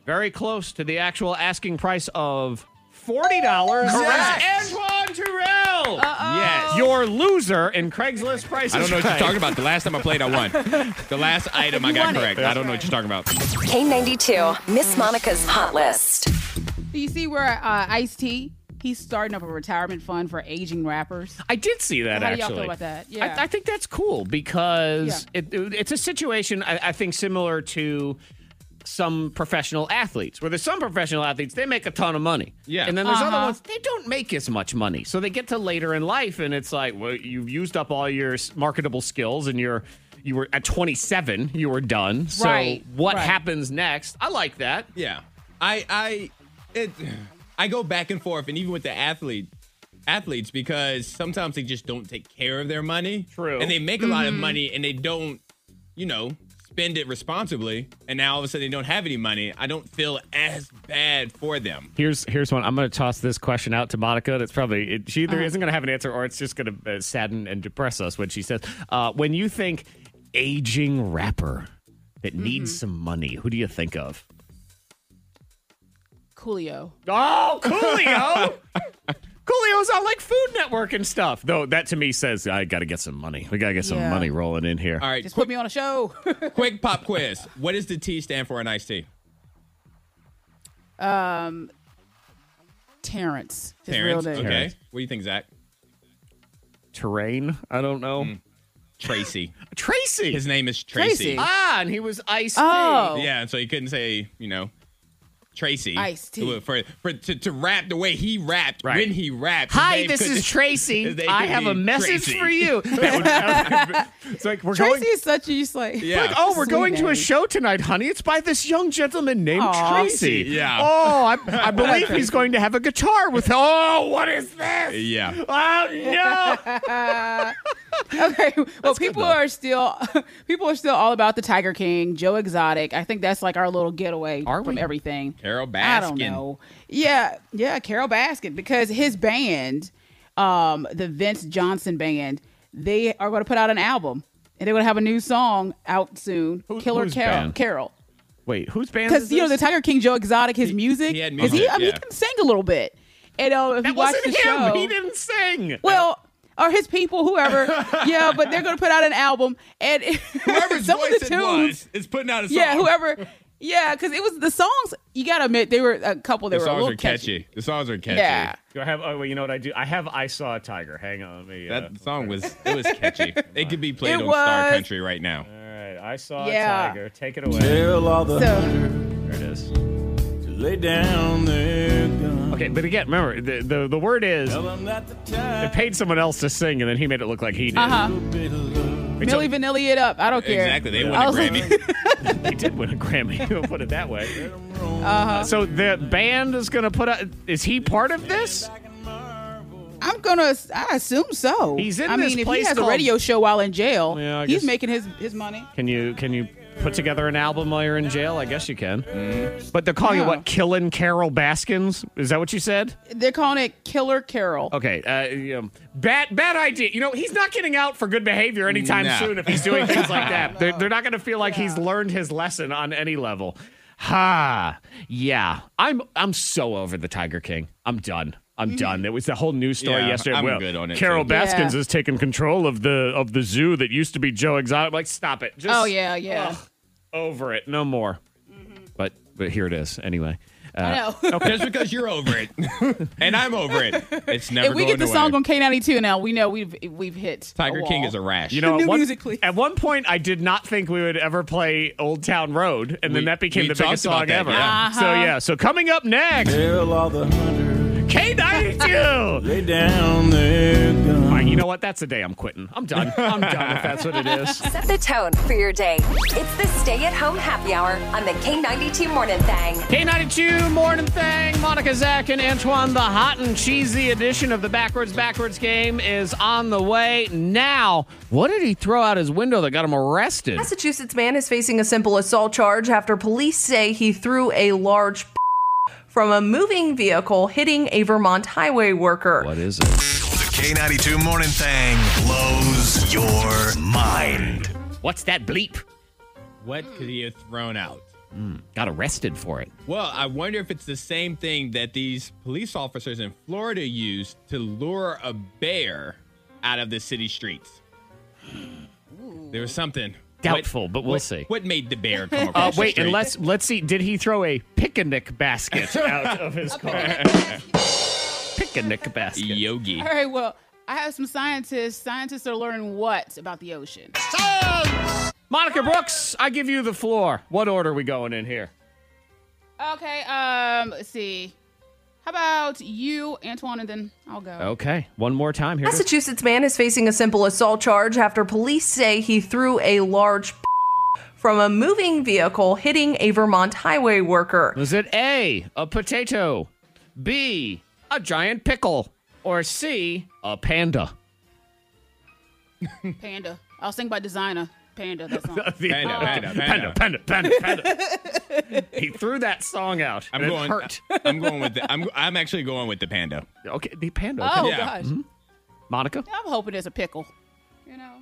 A: Very close to the actual asking price of $40. Correct. Antoine Terrell.
E: Yes.
A: Your loser in Craigslist prices.
E: I don't know what you're
A: Right.
E: talking about. The last time I played, I won. The last item I got correct. I don't know what you're talking about.
B: K92, Miss Monica's Hot List.
F: Do you see where uh, Ice T? He's starting up a retirement fund for aging rappers.
A: I did see that
F: How do
A: actually.
F: y'all feel about that? Yeah.
A: I, I think that's cool because it, it's a situation I, I think similar to some professional athletes, where there's some professional athletes they make a ton of money,
E: Yeah.
A: and then there's other
F: Uh-huh.
A: ones they don't make as much money, so they get to later in life and it's like, well, you've used up all your s- marketable skills and you're you were at 27, you were done. So
F: Right,
A: what
F: right.
A: happens next? I like that.
E: Yeah. I I it I go back and forth and even with the athlete athletes because sometimes they just don't take care of their money.
A: True.
E: And they make a lot of money and they don't, you know, spend it responsibly and now all of a sudden they don't have any money. I don't feel as bad for them.
A: Here's here's one. I'm going to toss this question out to Monica. That's probably it, she either isn't going to have an answer or it's just going to uh, sadden and depress us when she says, uh, "When you think aging rapper that needs some money, who do you think of?"
F: Coolio.
A: Oh, Coolio. *laughs* Coolio's on like Food Network and stuff. Though that to me says I got to get some money. We got to get some
F: Yeah.
A: money rolling in here.
E: All right,
F: Just put
E: quick,
F: me on a show. *laughs*
E: quick pop quiz. What does the T stand for in iced tea?
F: um, Terrence. His
E: Terrence.
F: real
E: Okay.
F: name.
E: What do you think, Zach?
A: Terrain. I don't know.
E: Tracy.
A: Tracy.
E: Mm. His name is Tracy.
F: Tracy.
A: ah, and he was Ice.
F: Oh.
E: Yeah, so he couldn't say, you know, Tracy.
F: Ice T.
E: For, for to, to rap the way he rapped
A: Right.
E: when he rapped. his
A: Hi,
E: name
A: this
E: couldn't-
A: is *laughs* Tracy.
E: his name
A: I
E: could
A: have
E: be
A: a message
E: Tracy.
A: for *laughs* you. it's like we're
F: Tracy is such a just like. *laughs*
E: Yeah.
A: Like, oh, we're
F: Sweet
A: going to a
F: name.
A: show tonight, honey. It's by this young gentleman named
F: Aw.
A: Tracy.
E: Yeah.
A: Oh, I, *laughs* I believe he's going to have a guitar with. Oh, what is this?
E: *laughs*
F: *laughs*
E: Yeah.
A: Oh no!
F: Okay. Well, people are still *laughs* people are still all about the Tiger King, Joe Exotic. I think that's like our little getaway
A: Are
F: from
A: we?
F: everything.
E: Carol Baskin.
F: I don't know. Yeah, yeah, Carol Baskin because his band, um, the Vince Johnson band, they are going to put out an album and they're going to have a new song out soon.
A: Who-
F: Killer
A: whose
F: Carol.
A: band?
F: Carol.
A: *laughs* Wait, whose band?
F: Because
A: Because
F: you know the Tiger King, Joe Exotic, his music.
E: he had
F: 'cause
E: music,
F: I mean,
E: yeah.
F: he can sing a little bit. And um, if
A: that
F: you watch
A: wasn't
F: the
A: him.
F: show,
A: He didn't sing.
F: well, or his people,
E: *laughs*
F: whoever. yeah, but they're going to put out an album, and *laughs*
E: Whoever's
F: some
E: voice
F: of the
E: it
F: tunes.
E: was is putting out a song.
F: Yeah, whoever. Yeah, because it was the songs. You gotta admit, they were a couple that
E: the
F: were a
E: songs
F: little
E: are catchy. The songs are catchy.
F: Yeah.
A: Do I have? Oh, well, you know what I do? I have. I saw a tiger. Hang on, let me. uh,
E: That song was it was catchy. it could be played
F: It
E: on Star
F: was.
E: Country right now.
A: all right, I saw
F: Yeah.
A: a tiger. Take it away.
C: Tell all the
F: So
A: There it is.
C: to lay down their gun.
A: Okay, but again, remember the the, the word is
C: Tell 'em that the
A: they
C: time
A: paid someone else to sing, and then he made it look like he did.
F: uh huh.
C: a bit of love.
F: Millie Vanilli it up. I don't care.
E: Exactly. They won
F: I
E: a
F: was like-
E: Grammy.
A: They did win a Grammy. *laughs* we'll put it that way. Uh-huh. So the band is going to put out. Is he part of this?
F: *laughs* I'm gonna. I assume so.
A: He's in
F: I
A: this
F: mean, if he
A: place
F: has
A: called-
F: a radio show while in jail,
A: Yeah, I
F: he's
A: guess-
F: making his his money.
A: Can you can you put together an album while you're in jail? I guess you can.
C: Mm-hmm.
A: But they're calling it
F: Yeah.
A: what? Killing Carol Baskins? Is that what you said?
F: They're calling it Killer Carol.
A: Okay. Uh, you know, bad bad idea. You know he's not getting out for good behavior anytime
E: No.
A: soon if he's doing things like
E: *laughs*
A: that. They're, they're not going to feel like he's learned his lesson on any level. Ha. Yeah. I'm I'm so over the Tiger King. I'm done. I'm
F: Mm.
A: done. It was the whole news story
E: Yeah,
A: yesterday.
E: I'm
A: well,
E: good on it,
A: Carol
E: too.
A: Baskins
F: Yeah.
A: has taken control of the of the zoo that used to be Joe Exotic. Like, stop it. Just
F: Oh yeah, Mm-hmm. yeah.
A: over it. No more. But but here it is anyway.
E: Uh,
F: I know.
E: Just because you're over it, and I'm over it, it's never
F: if we
E: going
F: get the
E: away.
F: song on K92 now, we know we've we've hit a
E: Tiger King
F: wall.
E: is a rash.
A: You know,
F: New
A: at one,
F: music, please.
A: at one point, I did not think we would ever play Old Town Road, and then
E: We-
A: that became
E: we
A: the biggest song
E: talked about that,
A: ever.
E: yeah.
A: So yeah, so coming up next,
C: Tell all the hunters
A: K ninety
C: *laughs*
A: two.
C: lay down their gun.
A: All right, you know what? That's the day I'm quitting. I'm done. I'm done if that's what it is.
B: Set the tone for your day. It's the stay at home happy hour on the K92 Morning Thing.
A: K92 Morning Thing, Monica Zach and Antoine, the hot and cheesy edition of the Backwards Backwards game is on the way now. What did he throw out his window that got him arrested?
M: Massachusetts man is facing a simple assault charge after police say he threw a large *laughs* from a moving vehicle hitting a Vermont highway worker.
A: What is it?
N: The K92 Morning Thing blows your mind.
A: What's that bleep?
E: what could he have thrown out?
A: Got arrested for it.
E: Well, I wonder if it's the same thing that these police officers in Florida used to lure a bear out of the city streets. There was something
A: Doubtful, but we'll
E: what-
A: see.
E: What made the bear come
A: Uh,
E: across the
A: wait,
E: street?
A: and let's let's see. Did he throw a picnic
E: *laughs*
A: basket out of his car?
E: *laughs*
A: picnic basket.
E: Yogi.
F: All right. Well, I have some scientists. Scientists are learning what about the ocean?
A: Monica Brooks, I give you the floor. What order are we going in here?
F: Okay. Um. Let's see. How about you, Antoine, and then I'll go.
A: Okay, one more time here.
M: Massachusetts man is facing a simple assault charge after police say he threw a large *laughs* from a moving vehicle hitting a Vermont highway worker.
A: Was it A, a potato, B, a giant pickle, or C, a
E: *laughs*
A: panda?
E: Oh.
F: Panda. I was thinking about designer.
E: *laughs*
F: Panda. That's not.
E: Panda, panda,
A: panda,
E: panda.
A: panda, panda,
E: *laughs*
A: panda. he threw that song out.
E: I'm
A: and
E: going.
A: It hurt.
E: I'm going with the. I'm. I'm actually going with the panda.
A: Okay, the panda. okay.
F: Oh
E: Yeah. Mm-hmm.
F: gosh.
A: Monica.
F: I'm hoping there's a pickle. You know,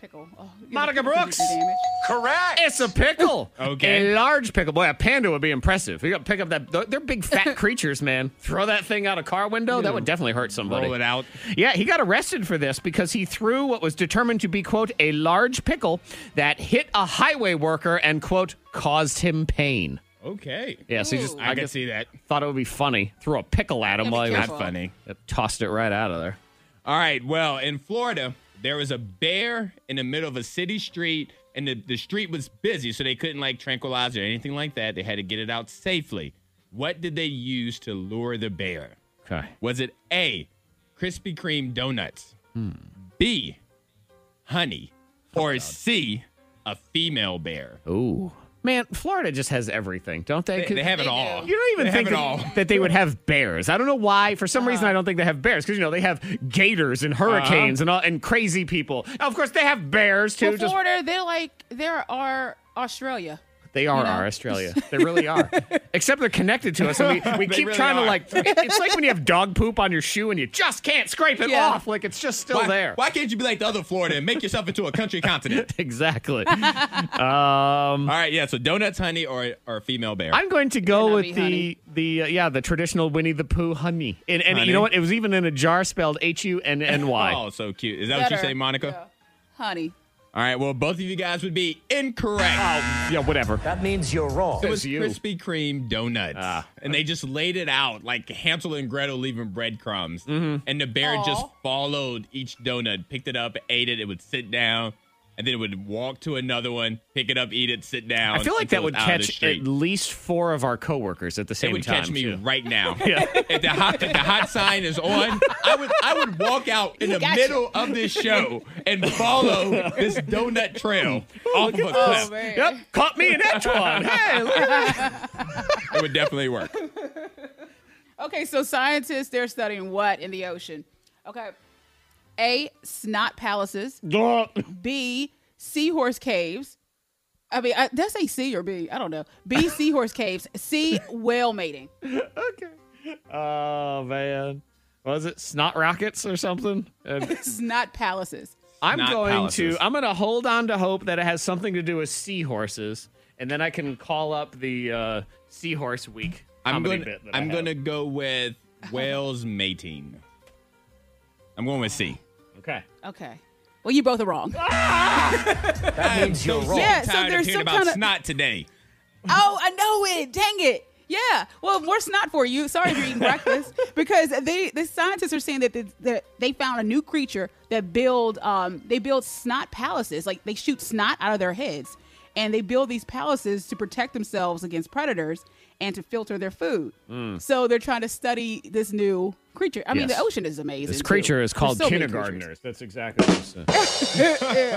F: pickle. Oh, you know,
A: Monica
F: pickle can do
A: Brooks.
F: some damage.
A: Correct. It's a pickle.
E: *laughs* Okay.
A: A large pickle. Boy, a panda would be impressive. You got to pick up that. they're- They're big
E: *laughs*
A: fat creatures, man. Throw that thing out a car window. That would definitely hurt somebody.
E: Roll it out.
A: Yeah, he got arrested for this because he threw what was determined to be quote a large pickle that hit a highway worker and quote caused him pain.
E: Okay.
A: Yeah, so he just
E: I,
A: I
E: can
A: guess
E: see that.
A: thought it would be funny. Threw a pickle at him
F: be
A: while he was
F: careful.
E: Funny.
A: tossed it right out of there.
E: All right. Well, in Florida, there was a bear in the middle of a city street, and the, the street was busy, so they couldn't like tranquilize it or anything like that. They had to get it out safely. What did they use to lure the bear?
A: Okay.
E: Was it A, Krispy Kreme donuts, B, honey, or C, a female bear?
A: Ooh. Man, Florida just has everything, don't they?
E: They,
A: 'Cause-
E: they have it all.
A: You don't even
E: They have
A: think
E: it
A: that,
E: all.
A: that they would have bears. I don't know why. For some reason, I don't think they have bears because you know they have gators
E: Uh-huh.
A: and hurricanes and all, and crazy people. Now, of course, they have bears too.
F: Well,
A: just
F: Florida, they're like there are Australia.
A: they are
F: know?
A: our Australia. They really
F: *laughs*
A: are. Except they're connected to us, and we, we
E: *laughs* They
A: keep
E: really
A: trying to
E: are.
A: like. It's like when you have dog poop on your shoe and you just can't scrape it
F: Yeah.
A: off. Like it's just still
E: Why,
A: there.
E: why can't you be like the other Florida and make yourself into a
A: *laughs*
E: country continent?
F: *laughs*
A: Exactly.
E: All right, yeah. So donuts, honey, or or a female bear.
A: I'm going to go
F: Cannot
A: with
F: be
A: the
F: honey.
A: the uh, yeah the traditional Winnie the Pooh honey. And, and you
E: Honey.
A: know what? It was even in a jar spelled H U N N Y.
E: *laughs* Oh, so cute. Is that what you
F: Better.
E: say, Monica?
F: Honey.
E: All All right. Well, both of you guys would be incorrect. Oh,
A: yeah, whatever.
E: That means you're wrong. It was
A: Says you. Ah.
E: Krispy Kreme donuts, and they just laid it out like Hansel and Gretel leaving breadcrumbs,
A: Mm-hmm.
E: and the bear
O: Aw.
E: just followed each donut, picked it up, ate it. It would sit down, and then it would walk to another one, pick it up, eat it, sit down.
A: I feel like
E: until
A: that would
E: it's out of the
A: catch
E: street.
A: at least four of our coworkers at the same
E: It would
A: time.
E: catch me
A: too.
E: right now.
A: *laughs* Yeah.
E: If the hot if the hot sign is on, I would I would walk out in the
A: got
E: middle
A: you.
E: of this show and follow this donut
F: *laughs*
E: trail off
F: Oh,
E: of a cliff.
A: at this. Yep, caught me in
E: *laughs*
A: Antoine.
F: *laughs*
A: Hey, look at that.
E: It would definitely work.
F: Okay, so scientists they're studying what in the ocean? Okay. A snot palaces. B seahorse caves. I mean, I, did I say C or B? I don't know. B seahorse caves. C whale mating.
A: Oh man, was it snot rockets or something? And
F: Snot palaces.
A: I'm
E: Snot
A: going
E: palaces.
A: to. I'm going to hold on to hope that it has something to do with seahorses, and then I can call up the uh, seahorse week.
E: I'm
A: comedy
E: going
A: bit that I
E: I'm
A: have.
E: going to go with whales mating. I'm going with C.
A: Okay.
F: Okay. Well, you both are wrong.
E: That means
F: you're wrong. Yeah, so
E: tired of
F: there's
E: hearing
F: some
E: about
F: kinda-
E: snot today.
F: Oh, I know it. Dang it. Yeah. Well, worse not for you. Sorry if you're
A: *laughs*
F: eating breakfast because they the scientists are saying that the, that they found a new creature that build um they build snot palaces like they shoot snot out of their heads and they build these palaces to protect themselves against predators and to filter their food.
A: Mm.
F: So they're trying to study this new creature. I mean,
A: Yes.
F: the ocean is amazing.
A: This
F: too.
A: creature is
F: There's
A: called
F: so many
A: kindergartners. That's exactly what it's. uh,
F: creatures.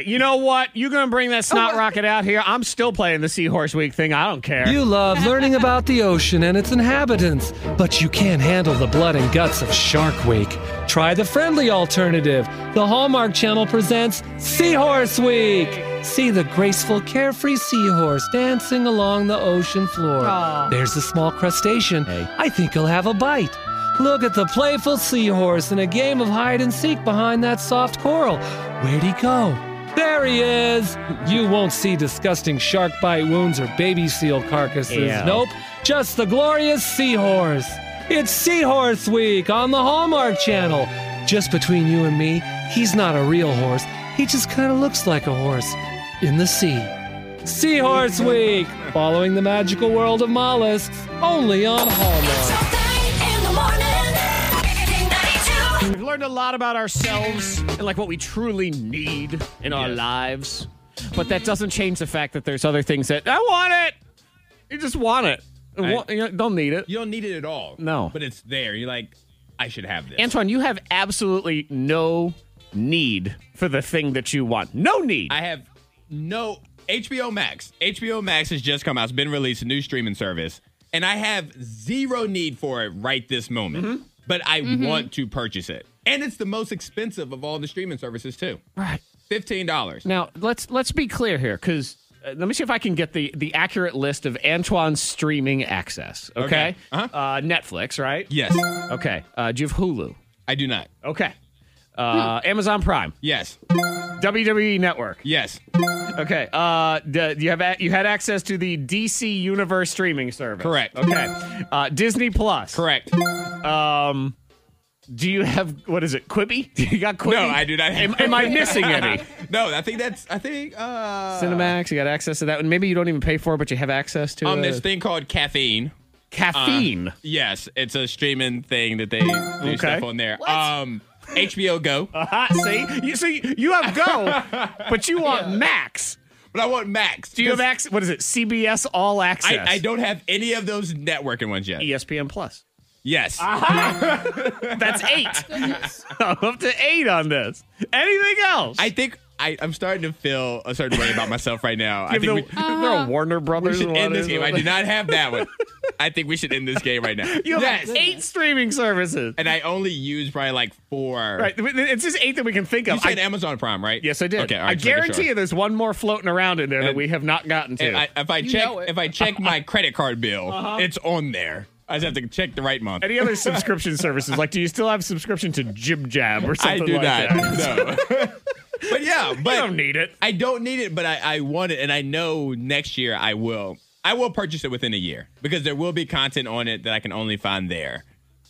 A: Okay, you know what? You're gonna bring that snot rocket out here. I'm still playing the Seahorse Week thing. I don't care.
P: You love learning about the ocean and its inhabitants, but you can't handle the blood and guts of Shark Week. Try the friendly alternative. The Hallmark Channel presents Seahorse Week. See the graceful, carefree seahorse dancing along the ocean floor.
Q: Aw.
P: There's a small crustacean. I think he'll have a bite. Look at the playful seahorse in a game of hide and seek behind that soft coral. Where'd he go? There he is! You won't see disgusting shark bite wounds or baby seal carcasses.
Q: Ew.
P: Nope, just the glorious seahorse. It's Seahorse Week on the Hallmark Channel. Just between you and me, he's not a real horse. He just kind of looks like a horse in the sea. Seahorse Week, following the magical world of mollusks, only on Hallmark.
A: We've learned a lot about ourselves and like what we truly need in our lives. But that doesn't change the fact that there's other things that I want it. You just want it.
E: I-
A: Wa- you don't need it.
E: You don't need it at all.
A: No.
E: But it's there. You're like I should have this.
A: Antoine, you have absolutely no need for the thing that you want. No need.
E: I have no HBO Max. HBO Max has just come out. It's been released, a new streaming service, and I have zero need for it right this moment.
A: Mm-hmm.
E: But I
O: Mhm.
E: want to purchase it, and it's the most expensive of all the streaming services too.
A: Right,
E: fifteen dollars.
A: Now let's let's be clear here, because uh, let me see if I can get the the accurate list of Antoine's streaming access. Okay,
E: Okay.
A: Uh-huh. Netflix, right?
E: Yes.
A: Okay. Uh, do you have Hulu?
E: I do not.
A: Okay. Uh, Amazon Prime.
E: Yes.
A: WWE Network.
E: Yes.
A: Okay. Uh, d- you have a- you had access to the DC Universe streaming service.
E: Correct.
A: Okay. Uh, Disney Plus.
E: Correct.
A: Um. Do you have what is it? Quibi? *laughs* You got Quibi?
E: No, I do not.
A: Am, am I missing
E: *laughs*
A: any?
E: no, I think that's. I think. uh
A: Cinemax, you got access to that one. Maybe you don't even pay for it, but you have access to
E: um,
A: it.
E: this thing called caffeine.
A: Caffeine?
E: Uh, yes, it's a streaming thing that they do stuff on there. Um, HBO
A: *laughs*
E: Go.
A: Uh-huh, see, you see, you have
E: *laughs*
A: Go, but you want Max.
E: But I want Max.
A: Do you have access? What is it? CBS All Access. E
E: I, I don't have any of those networking ones yet.
A: ESPN Plus.
E: Yes.
A: Ah.
E: *laughs*
A: That's eight. *laughs* I'm up to eight on this. Anything else?
E: I think I, I'm starting to feel a certain way about myself right now. I
A: Give *laughs*
E: think
A: the- isn't there a Warner
E: we
A: Brothers
E: should
A: one
E: end this
A: or
E: game. I do
A: something?
E: not have
A: *laughs*
E: that one. I think we should end this game right now.
A: You have eight streaming services.
E: And I only use probably like four.
A: Right. It's just eight that we can think
E: You
A: of.
E: said
A: I,
E: Amazon Prime, right? Yes,
A: I did.
E: Okay, all
A: I
E: right, just making
A: guarantee
E: sure.
A: you there's one more floating around in there that
E: And-
A: we have not gotten to.
E: And I, if I
A: You
E: check,
A: know it.
E: if I check
A: *laughs*
E: my credit card bill,
A: Uh-huh.
E: it's on there. I just have to check the right month.
A: Any other
E: *laughs*
A: subscription services? Like, do you still have subscription to Jib Jab or
E: I
A: something
E: do
A: like
E: not.
A: that? *laughs*
E: No. but yeah, but I don't
A: need it.
E: I don't need it, but I, I want it, and I know next year I will. I will purchase it within a year because there will be content on it that I can only find there.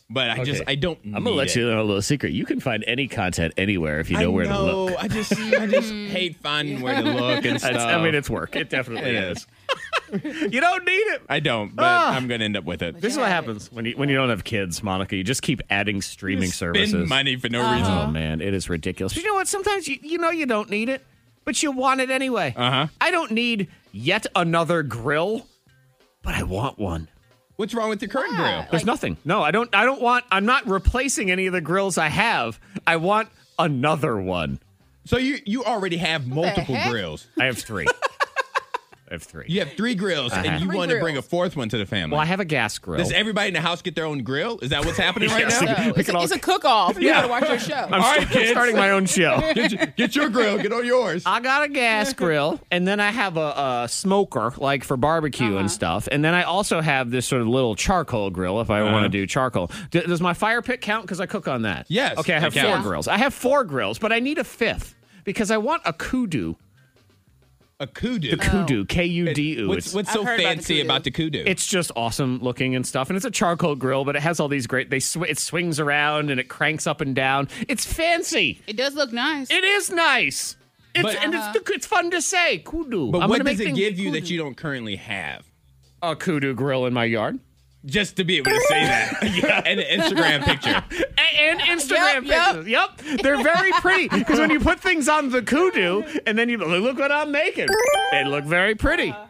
E: But I just I don't.
A: I'm gonna
E: need
A: let
E: it.
A: you know a little secret. You can find any content anywhere if you know
E: I
A: where to
E: know,
A: look.
E: I just
A: *laughs*
E: I just hate finding where to look and
A: It's- *laughs* I
E: stuff.
A: mean, it's work. uh, *laughs* It definitely
E: is.
A: you don't need it.
E: I don't, but
A: Ah.
E: I'm gonna end up with it.
A: This is what happens when you when you don't have kids, Monica. You just keep adding streaming
E: spend
A: services.
E: money for no Uh-huh. reason.
A: Oh man, it is ridiculous. But you know what? Sometimes you, you know you don't need it, but you want it anyway.
E: Uh huh.
A: I don't need yet another grill, but I want one.
E: What's wrong with your current grill?
A: There's nothing. No, I don't. I don't want. I'm not replacing any of the grills I have. I want another one.
E: So you you already have multiple
A: heck?
E: grills.
A: I have three. I have three.
E: *laughs* You have three grills,
A: Uh-huh.
E: and you
A: Three
E: want to bring a fourth one to the family.
A: Well, I have a gas grill.
E: Does everybody in the house get their own grill? Is that what's happening right
A: *laughs* Yes,
E: now?
A: we No,
F: It's, a- it's a cook off. You
E: Yeah.
F: gotta watch your show.
A: *laughs* I'm st- starting my own show.
E: *laughs* Get, your- get your grill. Get on yours.
A: I got a gas grill, and then I have a, a smoker, like for barbecue
E: Uh-huh.
A: and stuff. And then I also have this sort of little charcoal grill if I
E: Uh-huh.
A: want to do charcoal. D- does my fire pit count? Because I cook on that.
E: Yes,
A: Okay, I
E: it
A: have four
E: counts.
A: grills. I have four grills, but I need a fifth because I want a kudu.
E: A kudu. Uh,
A: The kudu, K U D U.
E: Oh. What's, what's so fancy about the kudu?
A: It's just awesome looking and stuff, and it's a charcoal grill, but it has all these great. They sw- it swings around and it cranks up and down. It's fancy.
F: It does look nice.
A: It is nice. It's,
E: But-
A: and it's,
F: Uh-huh.
A: it's fun to say kudu.
E: but
A: I'm
E: what
A: gonna
E: does
A: make
E: it
A: things
E: give you
A: kudu.
E: that you don't currently have?
A: a kudu grill in my yard
E: Just to be able to say
A: *laughs*
E: that. yeah. *laughs* And an Instagram picture.
A: A- and Instagram
F: Yep,
A: pictures. Yep. they're very
F: *laughs*
A: pretty because when you put things on the kudu and then you look what I'm making, they look very pretty.
F: Uh-huh.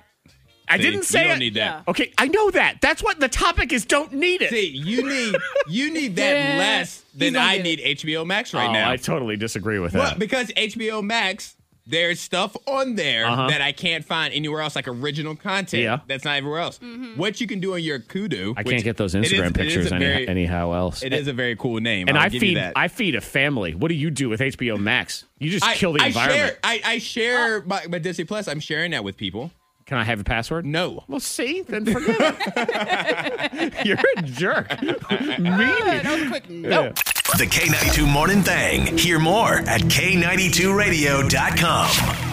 A: I
E: See,
A: didn't
E: you
A: say
E: don't
A: it-
E: need that.
A: Okay, I know that. That's what the topic is. Don't need it.
E: See, you need you need
A: *laughs*
E: that
A: Yeah.
E: less than
A: gonna
E: I
A: get
E: need HBO Max right
A: Oh,
E: now.
A: I totally disagree with
E: Well,
A: that.
E: because HBO Max, there's stuff on there
A: Uh-huh.
E: that I can't find anywhere else, like original content
A: Yeah. Mm-hmm.
E: that's not everywhere else. What you can do on your Kudu,
A: I
E: which-
A: can't get those
E: it is-
A: Instagram
E: it is
A: pictures
E: a
A: any-
E: very-
A: anyhow else.
E: It is a very cool name,
A: and
E: I'll
A: I
E: give you
A: feed
E: that.
A: I feed a family. What do you do with HBO Max? You just kill the
E: I
A: environment.
E: Share, I, I share my, my Disney Plus. I'm sharing that with people.
A: Can I have a password?
E: No.
A: Well, see, then forget it. *laughs* You're a jerk. Mean.
F: no.
N: The K92 Morning Thing. Hear more at K92Radio.com.